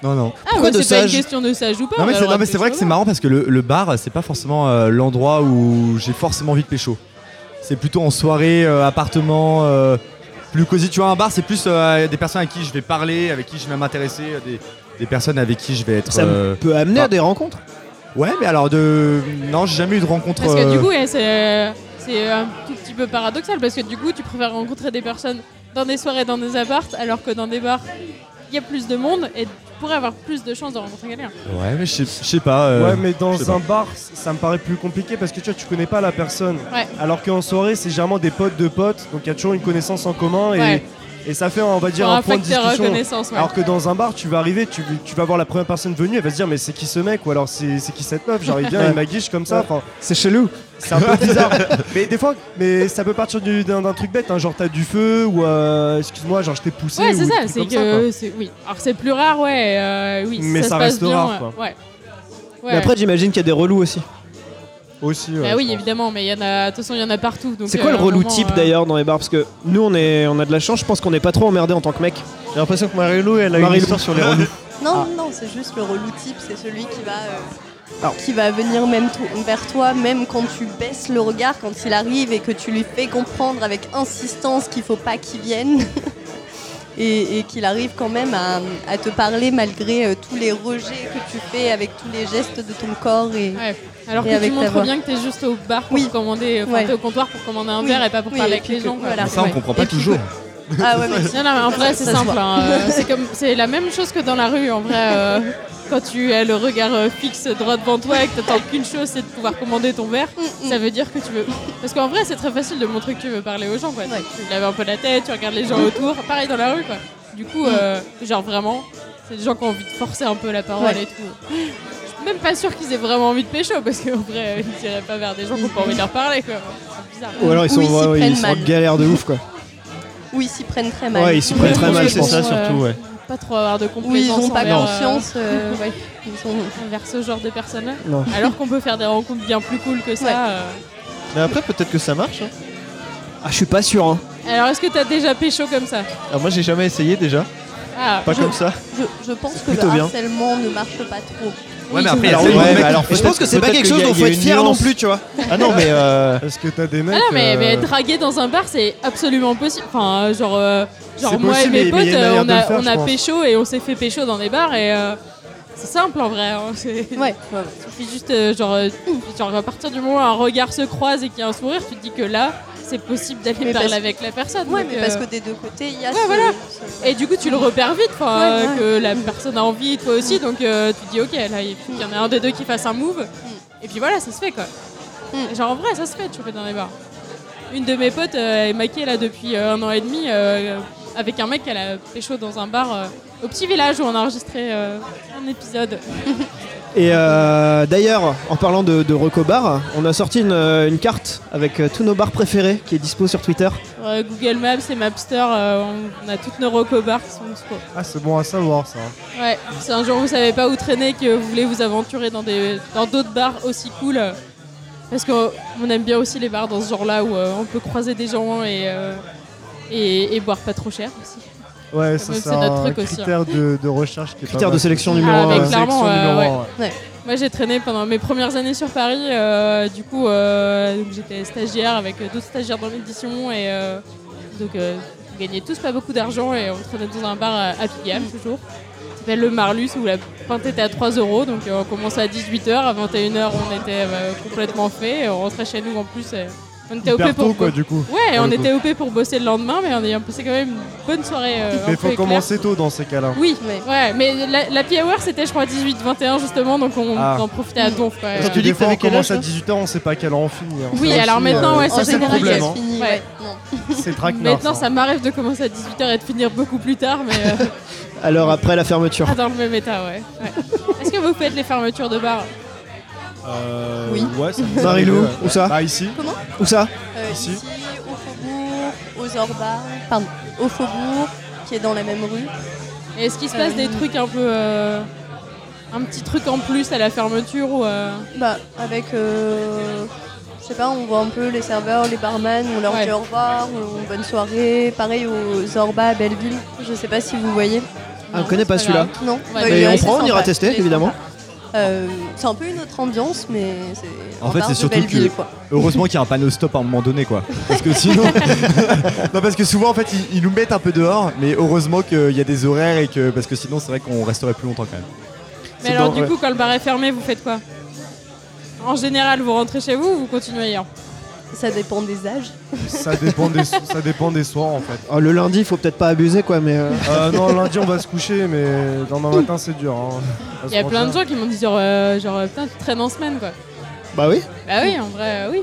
B: Non, non.
F: Ah,
A: Pourquoi
F: ouais,
A: de
F: c'est pas une
A: sage
F: question de sage ou pas. bah on
B: Non mais
F: a
B: c'est,
F: le droit
B: non, mais
F: de
B: c'est vrai que
F: pécho,
B: c'est marrant parce que le, le bar c'est pas forcément euh, l'endroit où j'ai forcément envie de pécho. C'est plutôt en soirée, euh, appartement, euh, plus cosy. Tu vois un bar c'est plus euh, des personnes à qui je vais parler, avec qui je vais m'intéresser, euh, des, des personnes avec qui je vais être.
A: Ça
B: euh,
A: peut amener à
B: bah.
A: des rencontres
B: Ouais mais alors de non j'ai jamais eu de rencontre.
F: Parce que du
B: euh,
F: coup, ouais, c'est c'est un tout petit peu paradoxal parce que du coup, tu préfères rencontrer des personnes dans des soirées, dans des appartes, alors que dans des bars, il y a plus de monde et tu pourrais avoir plus de chances de rencontrer quelqu'un.
B: Ouais mais je sais- je sais pas. euh,
G: Ouais, mais
B: je sais
G: dans
B: pas.
G: un bar, c- ça me paraît plus compliqué parce que tu vois, tu connais pas la personne.
F: Ouais.
G: Alors qu'en soirée, c'est généralement des potes de potes, donc il y a toujours une connaissance en commun et,
F: Ouais.
G: et ça fait, on va dire,
F: Genre
G: un,
F: un
G: point de
F: facteur
G: discussion.
F: reconnaissance, ouais.
G: Alors que dans un bar, tu vas arriver, tu, tu vas voir la première personne venue, elle va se dire, mais c'est qui ce mec Ou alors c'est c'est qui cette meuf Genre, il vient, il m'aguiche comme ça. Enfin,
A: C'est chelou
G: c'est un peu bizarre. mais des fois, mais ça peut partir du- d'un d'un truc bête, hein, genre t'as du feu ou euh, excuse-moi, genre je t'ai poussé.
F: Ouais,
G: ou
F: c'est
G: des
F: ça,
G: trucs
F: c'est
G: comme ça, quoi.
F: que. c'est- oui. Alors c'est plus rare, ouais, euh, oui, si
G: Mais ça
F: se passe
G: reste
F: bien,
G: rare,
F: ouais. Ouais.
A: Mais après j'imagine qu'il y a des relous aussi
C: Aussi, ouais,
F: Bah oui,
C: je pense.
F: évidemment, mais il y en a. De toute façon, il y en a partout. donc,
A: C'est quoi
F: euh,
A: le
F: à un
A: relou
F: moment,
A: type
F: euh,
A: d'ailleurs dans les bars Parce que nous, on, est, on a de la chance, je pense qu'on n'est pas trop emmerdé en tant que mec.
G: J'ai l'impression que Marie-Lou, elle a
A: Marie-Lou.
G: une histoire sur les relous.
A: Ah.
H: Non, non, c'est juste le relou type, c'est celui qui va, euh,
A: Alors.
H: qui va venir même to- vers toi, même quand tu baisses le regard, quand il arrive et que tu lui fais comprendre avec insistance qu'il faut pas qu'il vienne. Et, et qu'il arrive quand même à, à te parler malgré euh, tous les rejets que tu fais avec tous les gestes de ton corps. Et...
F: Ouais. Alors
H: Et
F: que tu
H: avec ta
F: montres
H: voix.
F: bien que t'es juste au bar pour
H: Oui.
F: commander, enfin,
H: Ouais.
F: t'es au comptoir pour commander un
H: Oui.
F: verre et pas pour
H: Oui,
F: parler
H: et
F: avec
H: puis
F: les
H: que-
F: gens. quoi.
H: voilà.
I: Mais ça, on
H: Ouais.
I: comprend pas
H: Et puis
I: toujours.
H: Ah ouais, mais
F: Non, non, mais en vrai, c'est
H: Ça se
F: simple.
H: voit.
F: hein. Euh, c'est comme, c'est la même chose que dans la rue, en vrai. euh, quand tu as le regard euh, fixe droit devant toi et que t'attends qu'une chose, c'est de pouvoir commander ton verre,
H: Mm,
F: ça veut dire que tu veux. Parce qu'en vrai, c'est très facile de montrer que tu veux parler aux gens, quoi.
H: Ouais.
F: Tu laves un peu la tête, tu regardes les gens autour. Pareil dans la rue, quoi. Du coup,
H: Mm.
F: euh, genre vraiment, c'est des gens qui ont envie de forcer un peu la parole
H: Ouais.
F: et tout. Je suis même pas sûre qu'ils aient vraiment envie de pécho, parce qu'en vrai, euh, ils diraient pas vers des gens qui ont pas envie de leur parler, quoi. C'est bizarre.
A: Ou alors ils sont,
H: Oui, ils s'y
A: ouais,
H: prennent
A: ils sont en
H: mal. Bah
A: galère de ouf quoi.
H: ou ils s'y prennent très mal.
A: Ouais, ils s'y prennent très
F: Ouais,
A: mal,
F: ouais,
A: je
G: C'est
A: pense.
G: ça
F: Bon, euh,
G: surtout, ouais.
F: Pas trop avoir de
H: Ou ils
F: complaisance
H: n'ont pas
F: envers, euh,
H: conscience. euh, ouais, ils sont...
F: envers ce genre de personnes là
A: Non.
F: alors qu'on peut faire des rencontres bien plus cool que ça
H: Ouais.
F: euh.
G: Mais après, peut-être que ça marche. hein.
A: Ah, je suis pas sûr. Hein.
F: alors est-ce que t'as déjà pécho comme ça
G: Alors, Ah, moi, j'ai jamais essayé déjà.
F: ah
G: Pas comme ça.
H: je, je pense que
G: plutôt
H: le
G: bien.
H: harcèlement ne marche pas trop.
I: Ouais, mais après,
A: Alors,
I: il
A: oui,
I: y a tellement de
A: ouais,
I: mecs-
A: bah,
G: alors,
A: Et je pense que c'est pas
G: peut-être
A: quelque
G: qu'il
A: chose
G: y a-
A: dont
G: il y
A: faut
G: a
A: être
G: une
A: fier non
G: nuance.
A: plus, tu vois.
G: Ah non, mais. euh,
C: Parce que t'as des mecs.
F: ah non mais, mais
C: euh,
F: draguer dans un bar c'est absolument possible enfin euh, genre euh, genre
C: C'est
F: moi
C: possible,
F: et mes
C: mais-
F: potes
C: mais il y a une manière
F: euh, on
C: de le
F: a,
C: faire,
F: on
C: je
F: a
C: pense.
F: pécho et on s'est fait pécho dans des bars et euh, c'est simple en vrai hein, c'est
H: Ouais, ouais.
F: Il suffit juste euh, genre euh, genre à partir du moment où un regard se croise et qu'il y a un sourire tu te dis que là c'est possible d'aller
H: Mais
F: parler
H: parce-
F: avec la personne
H: Ouais,
F: donc,
H: mais parce
F: euh,
H: que des deux côtés, il y a
F: ouais,
H: ce-
F: voilà.
H: ce-
F: Et du coup, tu le repères vite, enfin,
H: Ouais,
F: euh, que la personne a envie, toi aussi, donc euh, tu te dis, ok, là, il faut qu'il y en a un des deux qui fasse un move, et puis voilà, ça se fait quoi.
H: Mm.
F: Et genre, en vrai, ça se fait de choper dans les bars. Une de mes potes euh, est maquée là depuis euh, un an et demi euh, avec un mec qu'elle a pécho dans un bar euh, au petit village où on a enregistré euh, un épisode.
A: Et euh, d'ailleurs, en parlant de, de Recobar, on a sorti une, euh, une carte avec euh, tous nos bars préférés qui est dispo sur Twitter.
F: Euh, Google Maps et Mapster, euh, on, on a toutes nos recobars qui sont dispo.
C: Ah, c'est bon à savoir ça.
F: Ouais, si un jour vous savez pas où traîner, que vous voulez vous aventurer dans des dans d'autres bars aussi cool, euh, parce qu'on aime bien aussi les bars dans ce genre-là où euh, on peut croiser des gens et, euh, et, et boire pas trop cher aussi.
C: Ouais, ça,
F: C'est
C: c'est
F: notre
C: un
F: truc aussi, hein.
C: critère de, de recherche qui est
A: Critère
C: pas
A: de
C: mal.
A: sélection numéro
F: Ah, mais
A: 1.
C: Ouais,
F: clairement,
C: sélection
F: euh,
C: numéro
F: ouais.
C: un, ouais.
F: Moi j'ai traîné pendant mes premières années sur Paris, euh, du coup euh, donc j'étais stagiaire avec euh, d'autres stagiaires dans l'édition et euh, donc euh, on gagnait tous pas beaucoup d'argent et on traînait dans un bar à- à Pigalle toujours. Ça s'appelle le Marlus où la pinte était à 3 euros donc euh, on commençait à 18h, à 21h on était euh, complètement fait, et on rentrait chez nous en plus. euh, on était OP
C: Hyper tôt,
F: pour
C: quoi, du coup.
F: Ouais,
C: Pour
F: on
C: le coup.
F: était OP pour bosser le lendemain mais on a passé quand même une bonne soirée. euh, un
C: Mais
F: peu
C: faut
F: éclair.
C: commencer tôt dans ces cas-là.
F: Oui,
H: Mais-
F: ouais, mais la, la happy hour c'était je crois 18-21 justement, donc on
C: Ah.
F: en profitait à donf. quoi.
G: Quand
C: Parce
G: tu
C: que
G: dis
C: des
G: que
C: fois, on
G: t'avais quel
C: commence
G: âge,
C: à 18h, on sait pas à quelle heure on finit. hein.
F: Oui,
C: Ça
F: alors
C: aussi,
F: maintenant,
C: euh,
F: ouais,
H: En
F: ça c'est le
H: général,
F: problème.
H: ça
C: hein.
H: se finit.
F: Ouais.
H: ouais. Non.
C: c'est le traquenard.
F: Maintenant, ça m'arrive de commencer à 18h et de finir beaucoup plus tard, mais euh,
A: Alors après la fermeture.
F: pas dans le même état, ouais. Ouais. Est-ce que vous faites les fermetures de bar
C: Euh,
H: Oui.
C: Ouais, ça
G: Ah.
C: peut
A: Marie-Lou,
C: arriver, ouais.
A: où ça
C: Bah, ici.
A: Où ça
H: Euh,
C: Ici.
H: ici, au Faubourg, aux Orbas, pardon, au Faubourg, qui est dans la même rue.
F: Et Est-ce qu'il se passe
H: Euh,
F: des trucs un peu. euh, un petit truc en plus à la fermeture ou. euh,
H: Bah, avec, euh, je sais pas, on voit un peu les serveurs, les barman, on leur
F: Ouais.
H: dit au revoir, on- bonne soirée. Pareil aux Orbas à Belleville, je sais pas si vous voyez.
A: Ah,
F: non,
A: on connaît pas
F: c'est grave.
A: celui-là.
H: Non
F: Ouais.
H: Bah,
F: Mais
H: il est
F: on
H: assez
A: prend, on
H: sympa,
A: ira tester,
H: il est
A: évidemment.
H: sympa. Euh, c'est un peu une autre ambiance, mais c'est.
I: En
H: un
I: fait,
H: bar
I: c'est
H: de
I: surtout que-
H: Belleville, quoi.
I: Heureusement qu'il y a un panneau stop à un moment donné, quoi. Parce que sinon. non, parce que souvent, en fait, ils, ils nous mettent un peu dehors, mais heureusement qu'il y a des horaires et que. Parce que sinon, c'est vrai qu'on resterait plus longtemps quand même.
F: Mais alors,
A: dans-
F: du
A: ouais.
F: coup, quand le bar est fermé, vous faites quoi En général, vous rentrez chez vous ou vous continuez ailleurs
H: Ça dépend des âges.
C: Ça dépend des, ça dépend des soirs en fait.
A: Oh, le lundi, faut peut-être pas abuser quoi, mais euh,
C: Euh, non, lundi on va se coucher, mais demain matin c'est dur. hein.
F: Il y a plein de gens qui m'ont dit genre, euh, genre euh, putain, tu traînes en semaine quoi.
A: bah oui.
F: Bah oui, en vrai, euh, oui.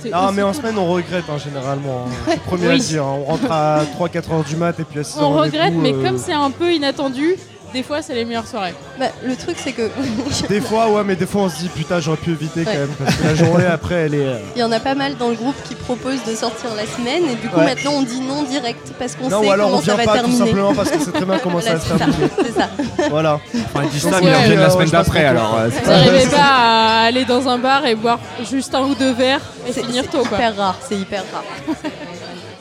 F: C'est
C: Ah,
F: aussi
C: mais en
F: cool.
C: semaine on regrette hein, généralement. hein. Je suis le premier à
F: Oui.
C: le dire. hein. On rentre à 3-4 heures du mat et puis à 6 heures
F: On
C: est
F: regrette,
C: debout,
F: mais
C: euh,
F: comme c'est un peu inattendu, des fois, c'est les meilleures soirées.
H: Bah, le truc, c'est que
C: Des fois, ouais, mais des fois on se dit putain, j'aurais pu éviter quand
H: Ouais.
C: même parce que la journée après elle est. euh,
H: il y en a pas mal dans le groupe qui proposent de sortir la semaine et du coup
C: Ouais.
H: maintenant on dit non direct parce qu'on
C: Non,
H: sait
C: ou alors on
H: comment ça
C: vient
H: va
C: pas tout
H: terminer.
C: simplement parce qu'on sait très bien comment ça
H: Voilà,
C: va se
H: c'est ça.
C: terminer.
H: C'est ça.
C: Voilà.
I: Enfin, ils disent
C: Donc,
I: ça, mais ils
C: ouais,
I: reviennent
C: euh,
I: la semaine
C: je pense
I: d'après
C: qu'on peut-
I: alors. euh, c'est
F: Vous
I: pas-
F: n'arrivez pas à aller dans un bar et boire juste un ou deux verres et
H: C'est
F: finir
H: c'est
F: tôt, quoi.
H: hyper rare, c'est hyper rare.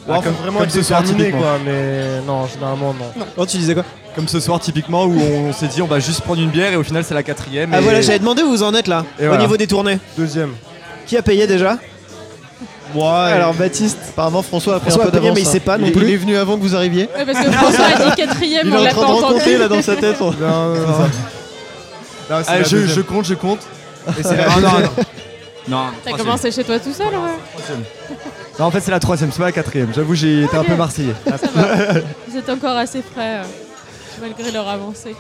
C: Ou alors, faut vraiment
I: comme
C: être
I: ce soir,
C: déterminé
I: typiquement.
C: quoi, mais non, généralement non.
A: Oh, tu disais quoi
I: Comme ce soir typiquement où on s'est dit on va juste prendre une bière et au final c'est la quatrième.
A: Ah
I: et-
A: voilà, j'avais demandé où vous en êtes là,
I: Et
A: au
I: voilà.
A: niveau des tournées.
C: Deuxième.
A: Qui a payé déjà
C: Moi,
A: Alors Baptiste.
G: Apparemment, François a pris
A: François
G: un
A: a
G: peu
A: payé,
G: d'avance.
A: mais il
G: hein.
A: sait pas non
G: est-
A: plus.
G: Il est venu avant que vous arriviez.
F: Ouais, parce que François a dit quatrième,
G: Il est
F: on
G: en
F: l'a
G: train
F: pas
G: de
F: entendu.
G: raconter là dans sa tête. on-
C: non, non, non. Non, c'est
I: Ah,
C: la
I: je,
C: deuxième.
I: je compte, je compte. Et c'est
C: la
I: la non, non, non.
F: T'as
I: troisième.
F: commencé chez toi tout seul, ouais.
I: Non, en fait c'est la troisième, c'est pas la quatrième. J'avoue j'ai été un peu marseillais.
G: Ah,
F: Vous êtes encore assez frais, euh, malgré leur avancée.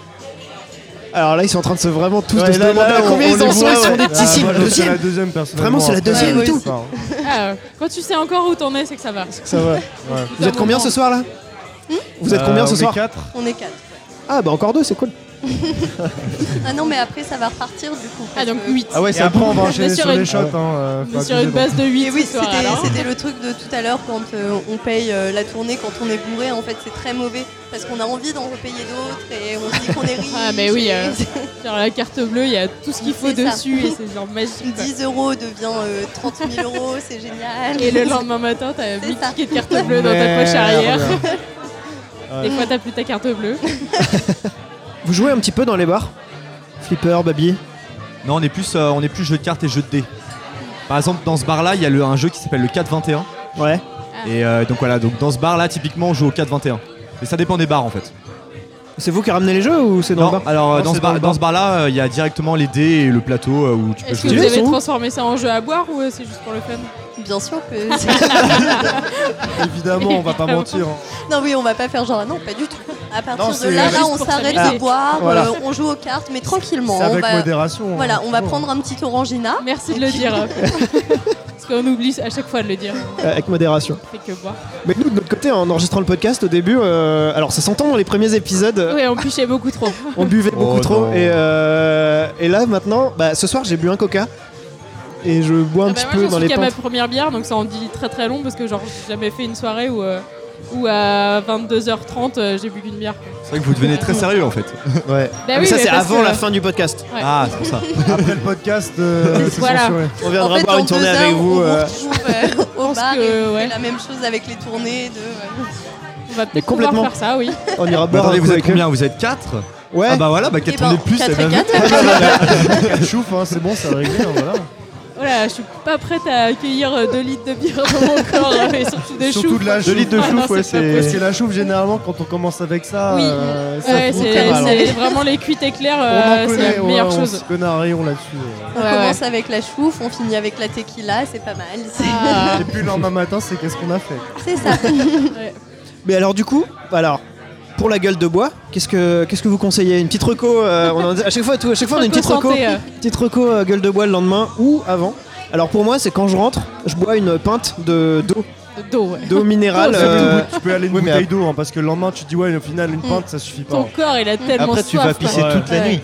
A: Alors là, ils sont en train de se vraiment tous
C: Ouais,
A: de se
C: là,
A: demander
C: là,
A: à
C: on-
A: combien
C: on
A: ils en
C: les
A: sont.
C: voit,
A: Ils sont
C: ouais.
A: des petits
C: Ah, moi,
A: cibles.
C: je suis à
A: Deuxième.
C: la deuxième personnellement.
A: Vraiment, c'est la deuxième
H: Ouais,
A: et
H: ouais,
A: tout.
H: c'est-
F: Ah, euh, quand tu sais encore où t'en es, c'est que ça va.
A: Ça va. Vous
F: Ça
A: êtes combien
F: monte.
A: ce soir là
C: Hmm
A: Vous
C: Euh,
A: êtes combien ce soir
C: 4
H: On est quatre.
A: Ah bah encore deux, c'est cool.
H: Ah non, mais après ça va repartir du coup.
F: Ah,
H: parce
F: donc
H: que-
F: 8.
C: Ah ouais,
I: c'est
C: et après on va
F: Mais
C: enchaîner
F: sur
C: sur les
F: une-
C: shots. hein, euh, faut
F: Mais sur
C: abuser,
F: une
C: donc.
F: base de 8
H: Et Eh oui,
F: ce
H: c'était
F: soir, alors.
H: c'était le truc de tout à l'heure quand euh, on paye euh, la tournée, quand on est bourré, en fait c'est très mauvais parce qu'on a envie d'en repayer d'autres et on se dit qu'on est riche.
F: Ah, mais oui,
H: et-
F: euh. Sur la carte bleue, il y a tout ce qu'il faut
H: C'est ça.
F: dessus et c'est genre magique. quoi.
H: 10 euros devient euh, 30 000 euros, c'est génial.
F: Et le lendemain matin, t'as
H: C'est
F: 8
H: ça.
F: tickets de carte bleue dans ta poche arrière. Des fois, t'as plus ta carte bleue.
A: Vous jouez un petit peu dans les bars Flipper, Baby.
I: Non, on est plus, euh, on est plus jeu de cartes et jeu de dés. Par exemple, dans ce bar-là, il y a le- un jeu qui s'appelle le 4-21.
A: Ouais.
I: Et euh, donc voilà, donc dans ce bar-là, typiquement, on joue au 4-21. Mais ça dépend des bars en fait.
A: C'est vous qui ramenez les jeux ou c'est dans
I: non,
A: le bar
I: alors euh,
C: Non,
I: dans,
C: c'est
I: ce bar,
C: dans le
I: dans
C: bar.
I: ce bar-là, euh, il y a directement les dés et le plateau euh, où tu peux
F: Est-ce que
I: jouer.
F: vous
A: Ils
F: avez
A: sont où
F: transformé ça en jeu à boire ou euh, c'est juste pour le fun
H: Bien sûr que.
C: Évidemment, on va pas mentir. hein.
H: non, oui, on va pas faire genre ah non, pas du tout. À partir
C: Non,
H: de
C: c'est
H: là,
C: juste
H: là, on
F: pour
H: s'arrête
F: s'amuser.
H: de boire,
C: Voilà.
H: euh, on joue aux cartes, mais tranquillement.
C: C'est
H: On
C: avec
H: va,
C: modération. hein.
H: voilà, on va
C: Oh.
H: prendre un petit orangina.
F: Merci de le dire. hein. Parce qu'on oublie à chaque fois de le dire.
A: Euh, Avec modération.
F: On fait que boire.
A: Mais nous, de notre côté, en enregistrant le podcast au début, euh, alors ça s'entend dans les premiers épisodes, euh,
F: Oui, on pichait beaucoup trop. Ah
A: on buvait beaucoup
I: Oh
A: trop.
I: non.
A: Et, euh, et là, maintenant, bah, ce soir, j'ai bu un coca. Et je bois un
F: Ah bah
A: petit
F: moi,
A: peu
F: j'en
A: dans
F: suis
A: les
F: qu'à ma
A: pentes.
F: première bière, donc ça en dit très très long parce que genre j'ai jamais fait une soirée où, euh, où à 22h30 euh, j'ai bu qu'une bière.
I: C'est vrai que vous devenez très sérieux en fait.
G: Ouais.
F: Bah
A: Ah, mais ça, c'est
F: parce
A: avant
F: que-
A: la fin du podcast.
F: Ouais.
I: Ah, c'est pour ça.
C: Après le podcast, euh, c'est
F: Voilà.
C: censuré.
A: On
H: En
A: viendra
H: fait,
A: boire
H: dans
A: une tournée
H: deux heures,
A: avec
H: on
A: vous. euh,
H: retrouve, euh, au
F: pense
H: bar
F: que,
H: et on fait
F: ouais.
H: la même chose avec les tournées. De, euh, ouais.
F: On va
A: Mais
F: peut-être pouvoir
A: complètement.
F: faire ça, oui.
A: on ira
I: Bah,
A: boire
I: attendez,
A: un coup
I: vous êtes
A: avec eux.
I: combien Vous êtes 4
A: Ouais.
I: Ah bah voilà, bah 4
H: Eh ben,
I: de plus.
H: quatre
I: eh
H: et
I: ben,
H: quatre.
C: Quatre choufs, hein, c'est bon, ça va régler. hein, voilà.
F: Oh là, je suis pas prête à accueillir 2 litres de bière dans mon corps euh, et surtout des
C: Surtout
F: choux.
C: de la chouffe.
G: litres de
F: Ah non,
G: chouffe, ouais,
F: c'est pas
G: c'est-
C: Et c'est la chouffe, généralement, quand on commence avec ça,
F: Oui.
C: euh, ça
F: Ouais,
C: fout
F: c'est
C: très mal, hein.
F: c'est vraiment les cuites éclairs,
C: On
F: euh,
C: en
F: c'est
C: connaît,
F: la
C: ouais,
F: meilleure
C: on
F: chose.
C: se connaît un rayon là-dessus. ouais.
H: On
F: Ouais,
H: commence avec la chouffe, on finit avec la tequila, c'est pas mal. c'est-
F: Ah,
C: Et puis le lendemain matin, c'est qu'est-ce qu'on a fait
H: C'est ça. Ah
A: Mais alors du coup, alors pour la gueule de bois, qu'est-ce que qu'est-ce que vous conseillez Une petite reco euh, on en- À chaque fois, tout- à chaque fois, on a une petite reco,
F: santé, euh.
A: petite reco euh, gueule de bois le lendemain ou avant. Alors pour moi, c'est quand je rentre, je bois une pinte de d'eau,
F: euh, de dos, ouais.
A: d'eau minérale.
F: Oh,
C: Surtout,
A: euh,
C: Tu peux aller une
G: oui, mais
C: bouteille d'eau, hein, parce que le lendemain, tu te dis, ouais, au final, une pinte, ça suffit pas.
F: Ton corps, il a tellement
G: Après,
F: soif.
G: tu vas
F: quoi.
G: pisser
C: Ouais.
G: toute la
F: Ouais.
G: nuit.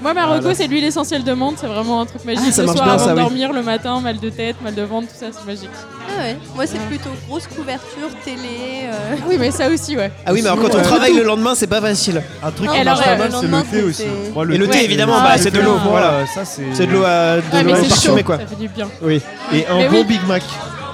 F: Moi, ma reco, c'est l'huile essentielle de menthe. C'est vraiment un truc magique.
A: Ah, ça
F: le
A: marche
F: soir,
A: bien,
F: avant
A: ça,
F: de
A: oui.
F: dormir, le matin, mal de tête, mal de ventre, tout ça, c'est magique.
H: Ah ouais. Moi, c'est plutôt grosse couverture, télé. euh,
F: Ah oui, mais ça aussi, ouais.
A: Ah oui, mais alors quand on travaille le lendemain, c'est pas facile.
C: Un truc
F: Et
C: qui
F: alors,
C: marche pas
F: euh,
C: mal,
H: le
C: c'est
H: lendemain,
C: le thé aussi.
H: c'est-
C: Moi, le
A: Et le
C: thé,
A: thé,
C: c'est-
A: évidemment,
F: Ah,
A: bah
F: le
A: c'est
F: thé
A: de l'eau,
F: au bois.
A: voilà.
C: Euh, Ça, c'est.
A: C'est de l'eau à de
F: Ouais,
A: l'eau
F: Ah, mais c'est
A: parfumée,
F: chaud.
A: quoi.
F: Ça fait du bien.
A: Oui.
G: Et un
F: Mais
G: bon
F: oui.
G: Big Mac.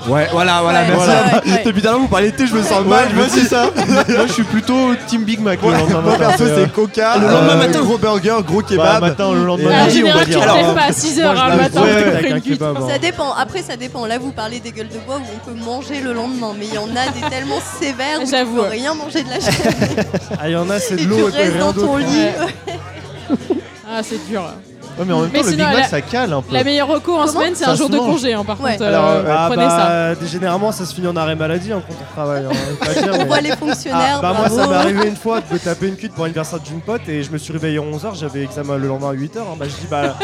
I: Ouais, voilà, voilà.
H: Ouais,
I: merci.
H: ouais, ouais, ouais.
I: Depuis tout à l'heure, vous parlez de thé, je me sens mal. je me
G: moi
I: dis-
G: c'est ça. moi je suis plutôt Team Big Mac.
I: Ouais,
G: le lendemain
I: Moi
G: matin.
I: perso,
G: Euh,
I: c'est coca.
A: Le lendemain matin.
I: Gros burger, gros
G: bah,
I: kebab.
G: matin, le lendemain
I: Et-
F: Alors, Ah, en
G: midi, on va
F: général, tu
G: dire.
F: te
G: Alors,
F: lèves pas à 6h
C: Ah,
F: le
C: je
F: matin
C: l'avais
F: pour
C: fait
F: te
C: avec
F: créer
C: un
F: une cuite.
C: kebab, hein.
H: Ça dépend. Après, ça dépend. Là, vous parlez des gueules de bois où on peut manger le lendemain, mais il y en a des tellement sévères où tu
F: J'avoue.
H: peux rien manger de la chaîne
C: Ah, il y en a, c'est
H: et
C: de
H: tu
C: l'eau et puis
H: restes
C: rien
H: dans ton
C: d'autre.
H: lit.
F: Ouais. Ah, c'est dur.
G: Ouais, mais en même
F: Mais
G: temps, le Big
F: sinon, la-
G: Mac ça cale un peu.
F: La meilleure reco en
H: Comment
F: semaine, c'est
G: Ça
F: un jour
G: se
F: de
G: mange.
F: congé, hein, par
H: Ouais.
F: contre.
C: Alors,
F: euh,
C: ah,
F: Prenez ça.
C: bah, Généralement, ça se finit en arrêt maladie hein, quand on travaille. hein, on va dire,
H: On
C: mais-
H: voit les fonctionnaires.
C: Ah, bah moi
H: bravo.
C: ça m'est arrivé une fois de me taper une cuite pour l'anniversaire d'une pote et je me suis réveillé à 11h, j'avais examen le lendemain à 8h. Bah je dis bah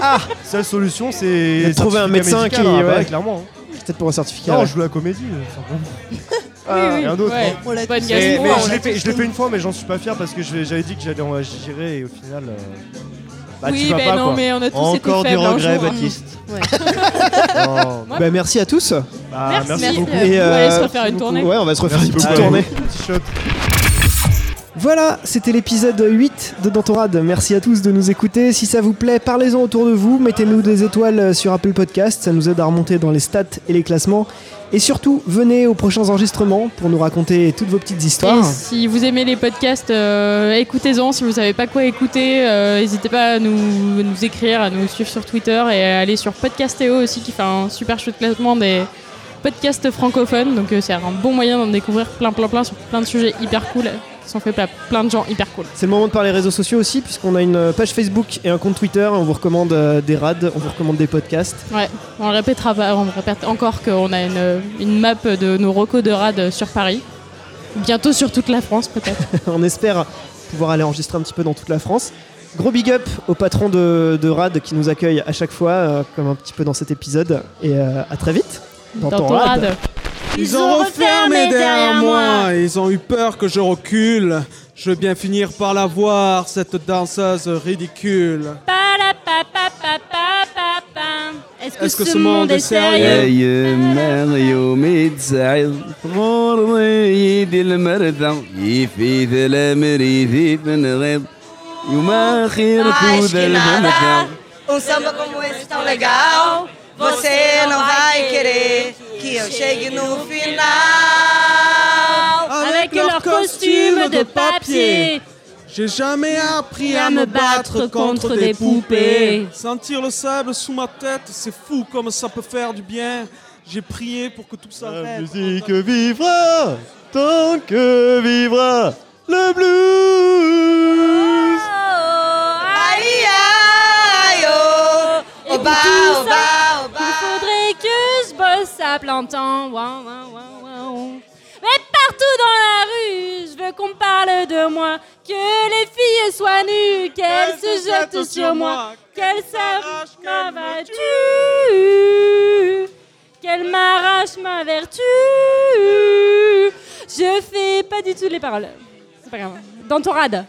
C: seule solution c'est
A: De trouver
C: certificat
A: un médecin
C: médical,
A: qui-
C: hein, bah,
A: ouais.
C: clairement. hein.
A: Peut-être pour un certificat.
C: Non,
A: ouais.
C: je joue la comédie. euh, sans problème. Ah, et un autre.
F: Ouais.
C: hein.
H: On Oh, l'a
F: Bonne
H: tous
C: Mais,
F: Gaston,
C: mais
F: on
C: je
F: l'a
C: l'ai fait, je l'ai fait une fois, mais j'en suis pas fier parce que je- j'avais dit que j'allais en gérer et au final. euh, Bah, tu
F: oui,
C: vas
F: ben
C: pas
F: non,
C: quoi.
F: mais on a tous
G: Encore du
F: été faibles un
G: regret,
F: jour, hein.
G: Baptiste.
C: Non.
F: Ouais.
A: Bah, merci à tous.
C: Bah,
F: Merci.
C: merci,
F: Merci.
C: beaucoup.
F: Ouais,
A: Et,
F: on va aller se
A: euh,
F: refaire une tournée.
A: Ouais, on va se refaire
C: Merci
A: une petite
C: beaucoup.
A: tournée.
C: Petit shot.
A: Voilà, c'était l'épisode 8 de Dantorade. Merci à tous de nous écouter. Si ça vous plaît, parlez-en autour de vous. Mettez-nous des étoiles euh, sur Apple Podcast. Ça nous aide à remonter dans les stats et les classements. Et surtout, venez aux prochains enregistrements pour nous raconter toutes vos petites
F: Et
A: histoires.
F: si vous aimez les podcasts, euh, écoutez-en. Si vous savez pas quoi écouter, euh, n'hésitez pas à nous, nous écrire, à nous suivre sur Twitter et à aller sur Podcastéo aussi, qui fait un super chouette classement des podcasts francophones. Donc euh, c'est un bon moyen d'en découvrir plein, plein, plein sur plein de sujets hyper cool qui sont faits par plein de gens hyper cool.
A: C'est le moment de parler réseaux sociaux aussi, puisqu'on a une euh, page Facebook et un compte Twitter. On vous recommande euh, des rades, on vous recommande des podcasts.
F: On le répétera pas, on le répète encore qu'on a une, une map de nos recos de rad sur Paris. Bientôt sur toute la France peut-être.
A: on espère pouvoir aller enregistrer un petit peu dans toute la France. Gros big up au patron de, de Rad qui nous accueille à chaque fois, euh, comme un petit peu dans cet épisode. Et euh, à très vite
F: Dans ton rad.
N: Ils ont refermé derrière moi. Ils ont eu peur que je recule. Je veux bien finir par la voir, cette danseuse ridicule.
D: Est-ce que, ce, monde est sérieux
N: Avec, leur costume de papier. J'ai jamais appris à me battre contre des poupées. Sentir le sable sous ma tête, c'est fou comme ça peut faire du bien. J'ai prié pour que tout
G: La
N: s'arrête.
G: musique vivra tant que vivra le
D: Oh,
G: blues.
D: Et pour tout ça, il faudrait que je bosse à plein temps. Ouin, ouin, ouin, ouin. Mais partout dans la rue, je veux qu'on parle de moi. Que les filles soient nues, qu'elles se jettent sur moi. Qu'elles s'arrachent ma vertu. Qu'elles m'arrachent ma vertu. Je fais pas du tout les paroles. C'est pas grave. Dans ton rad.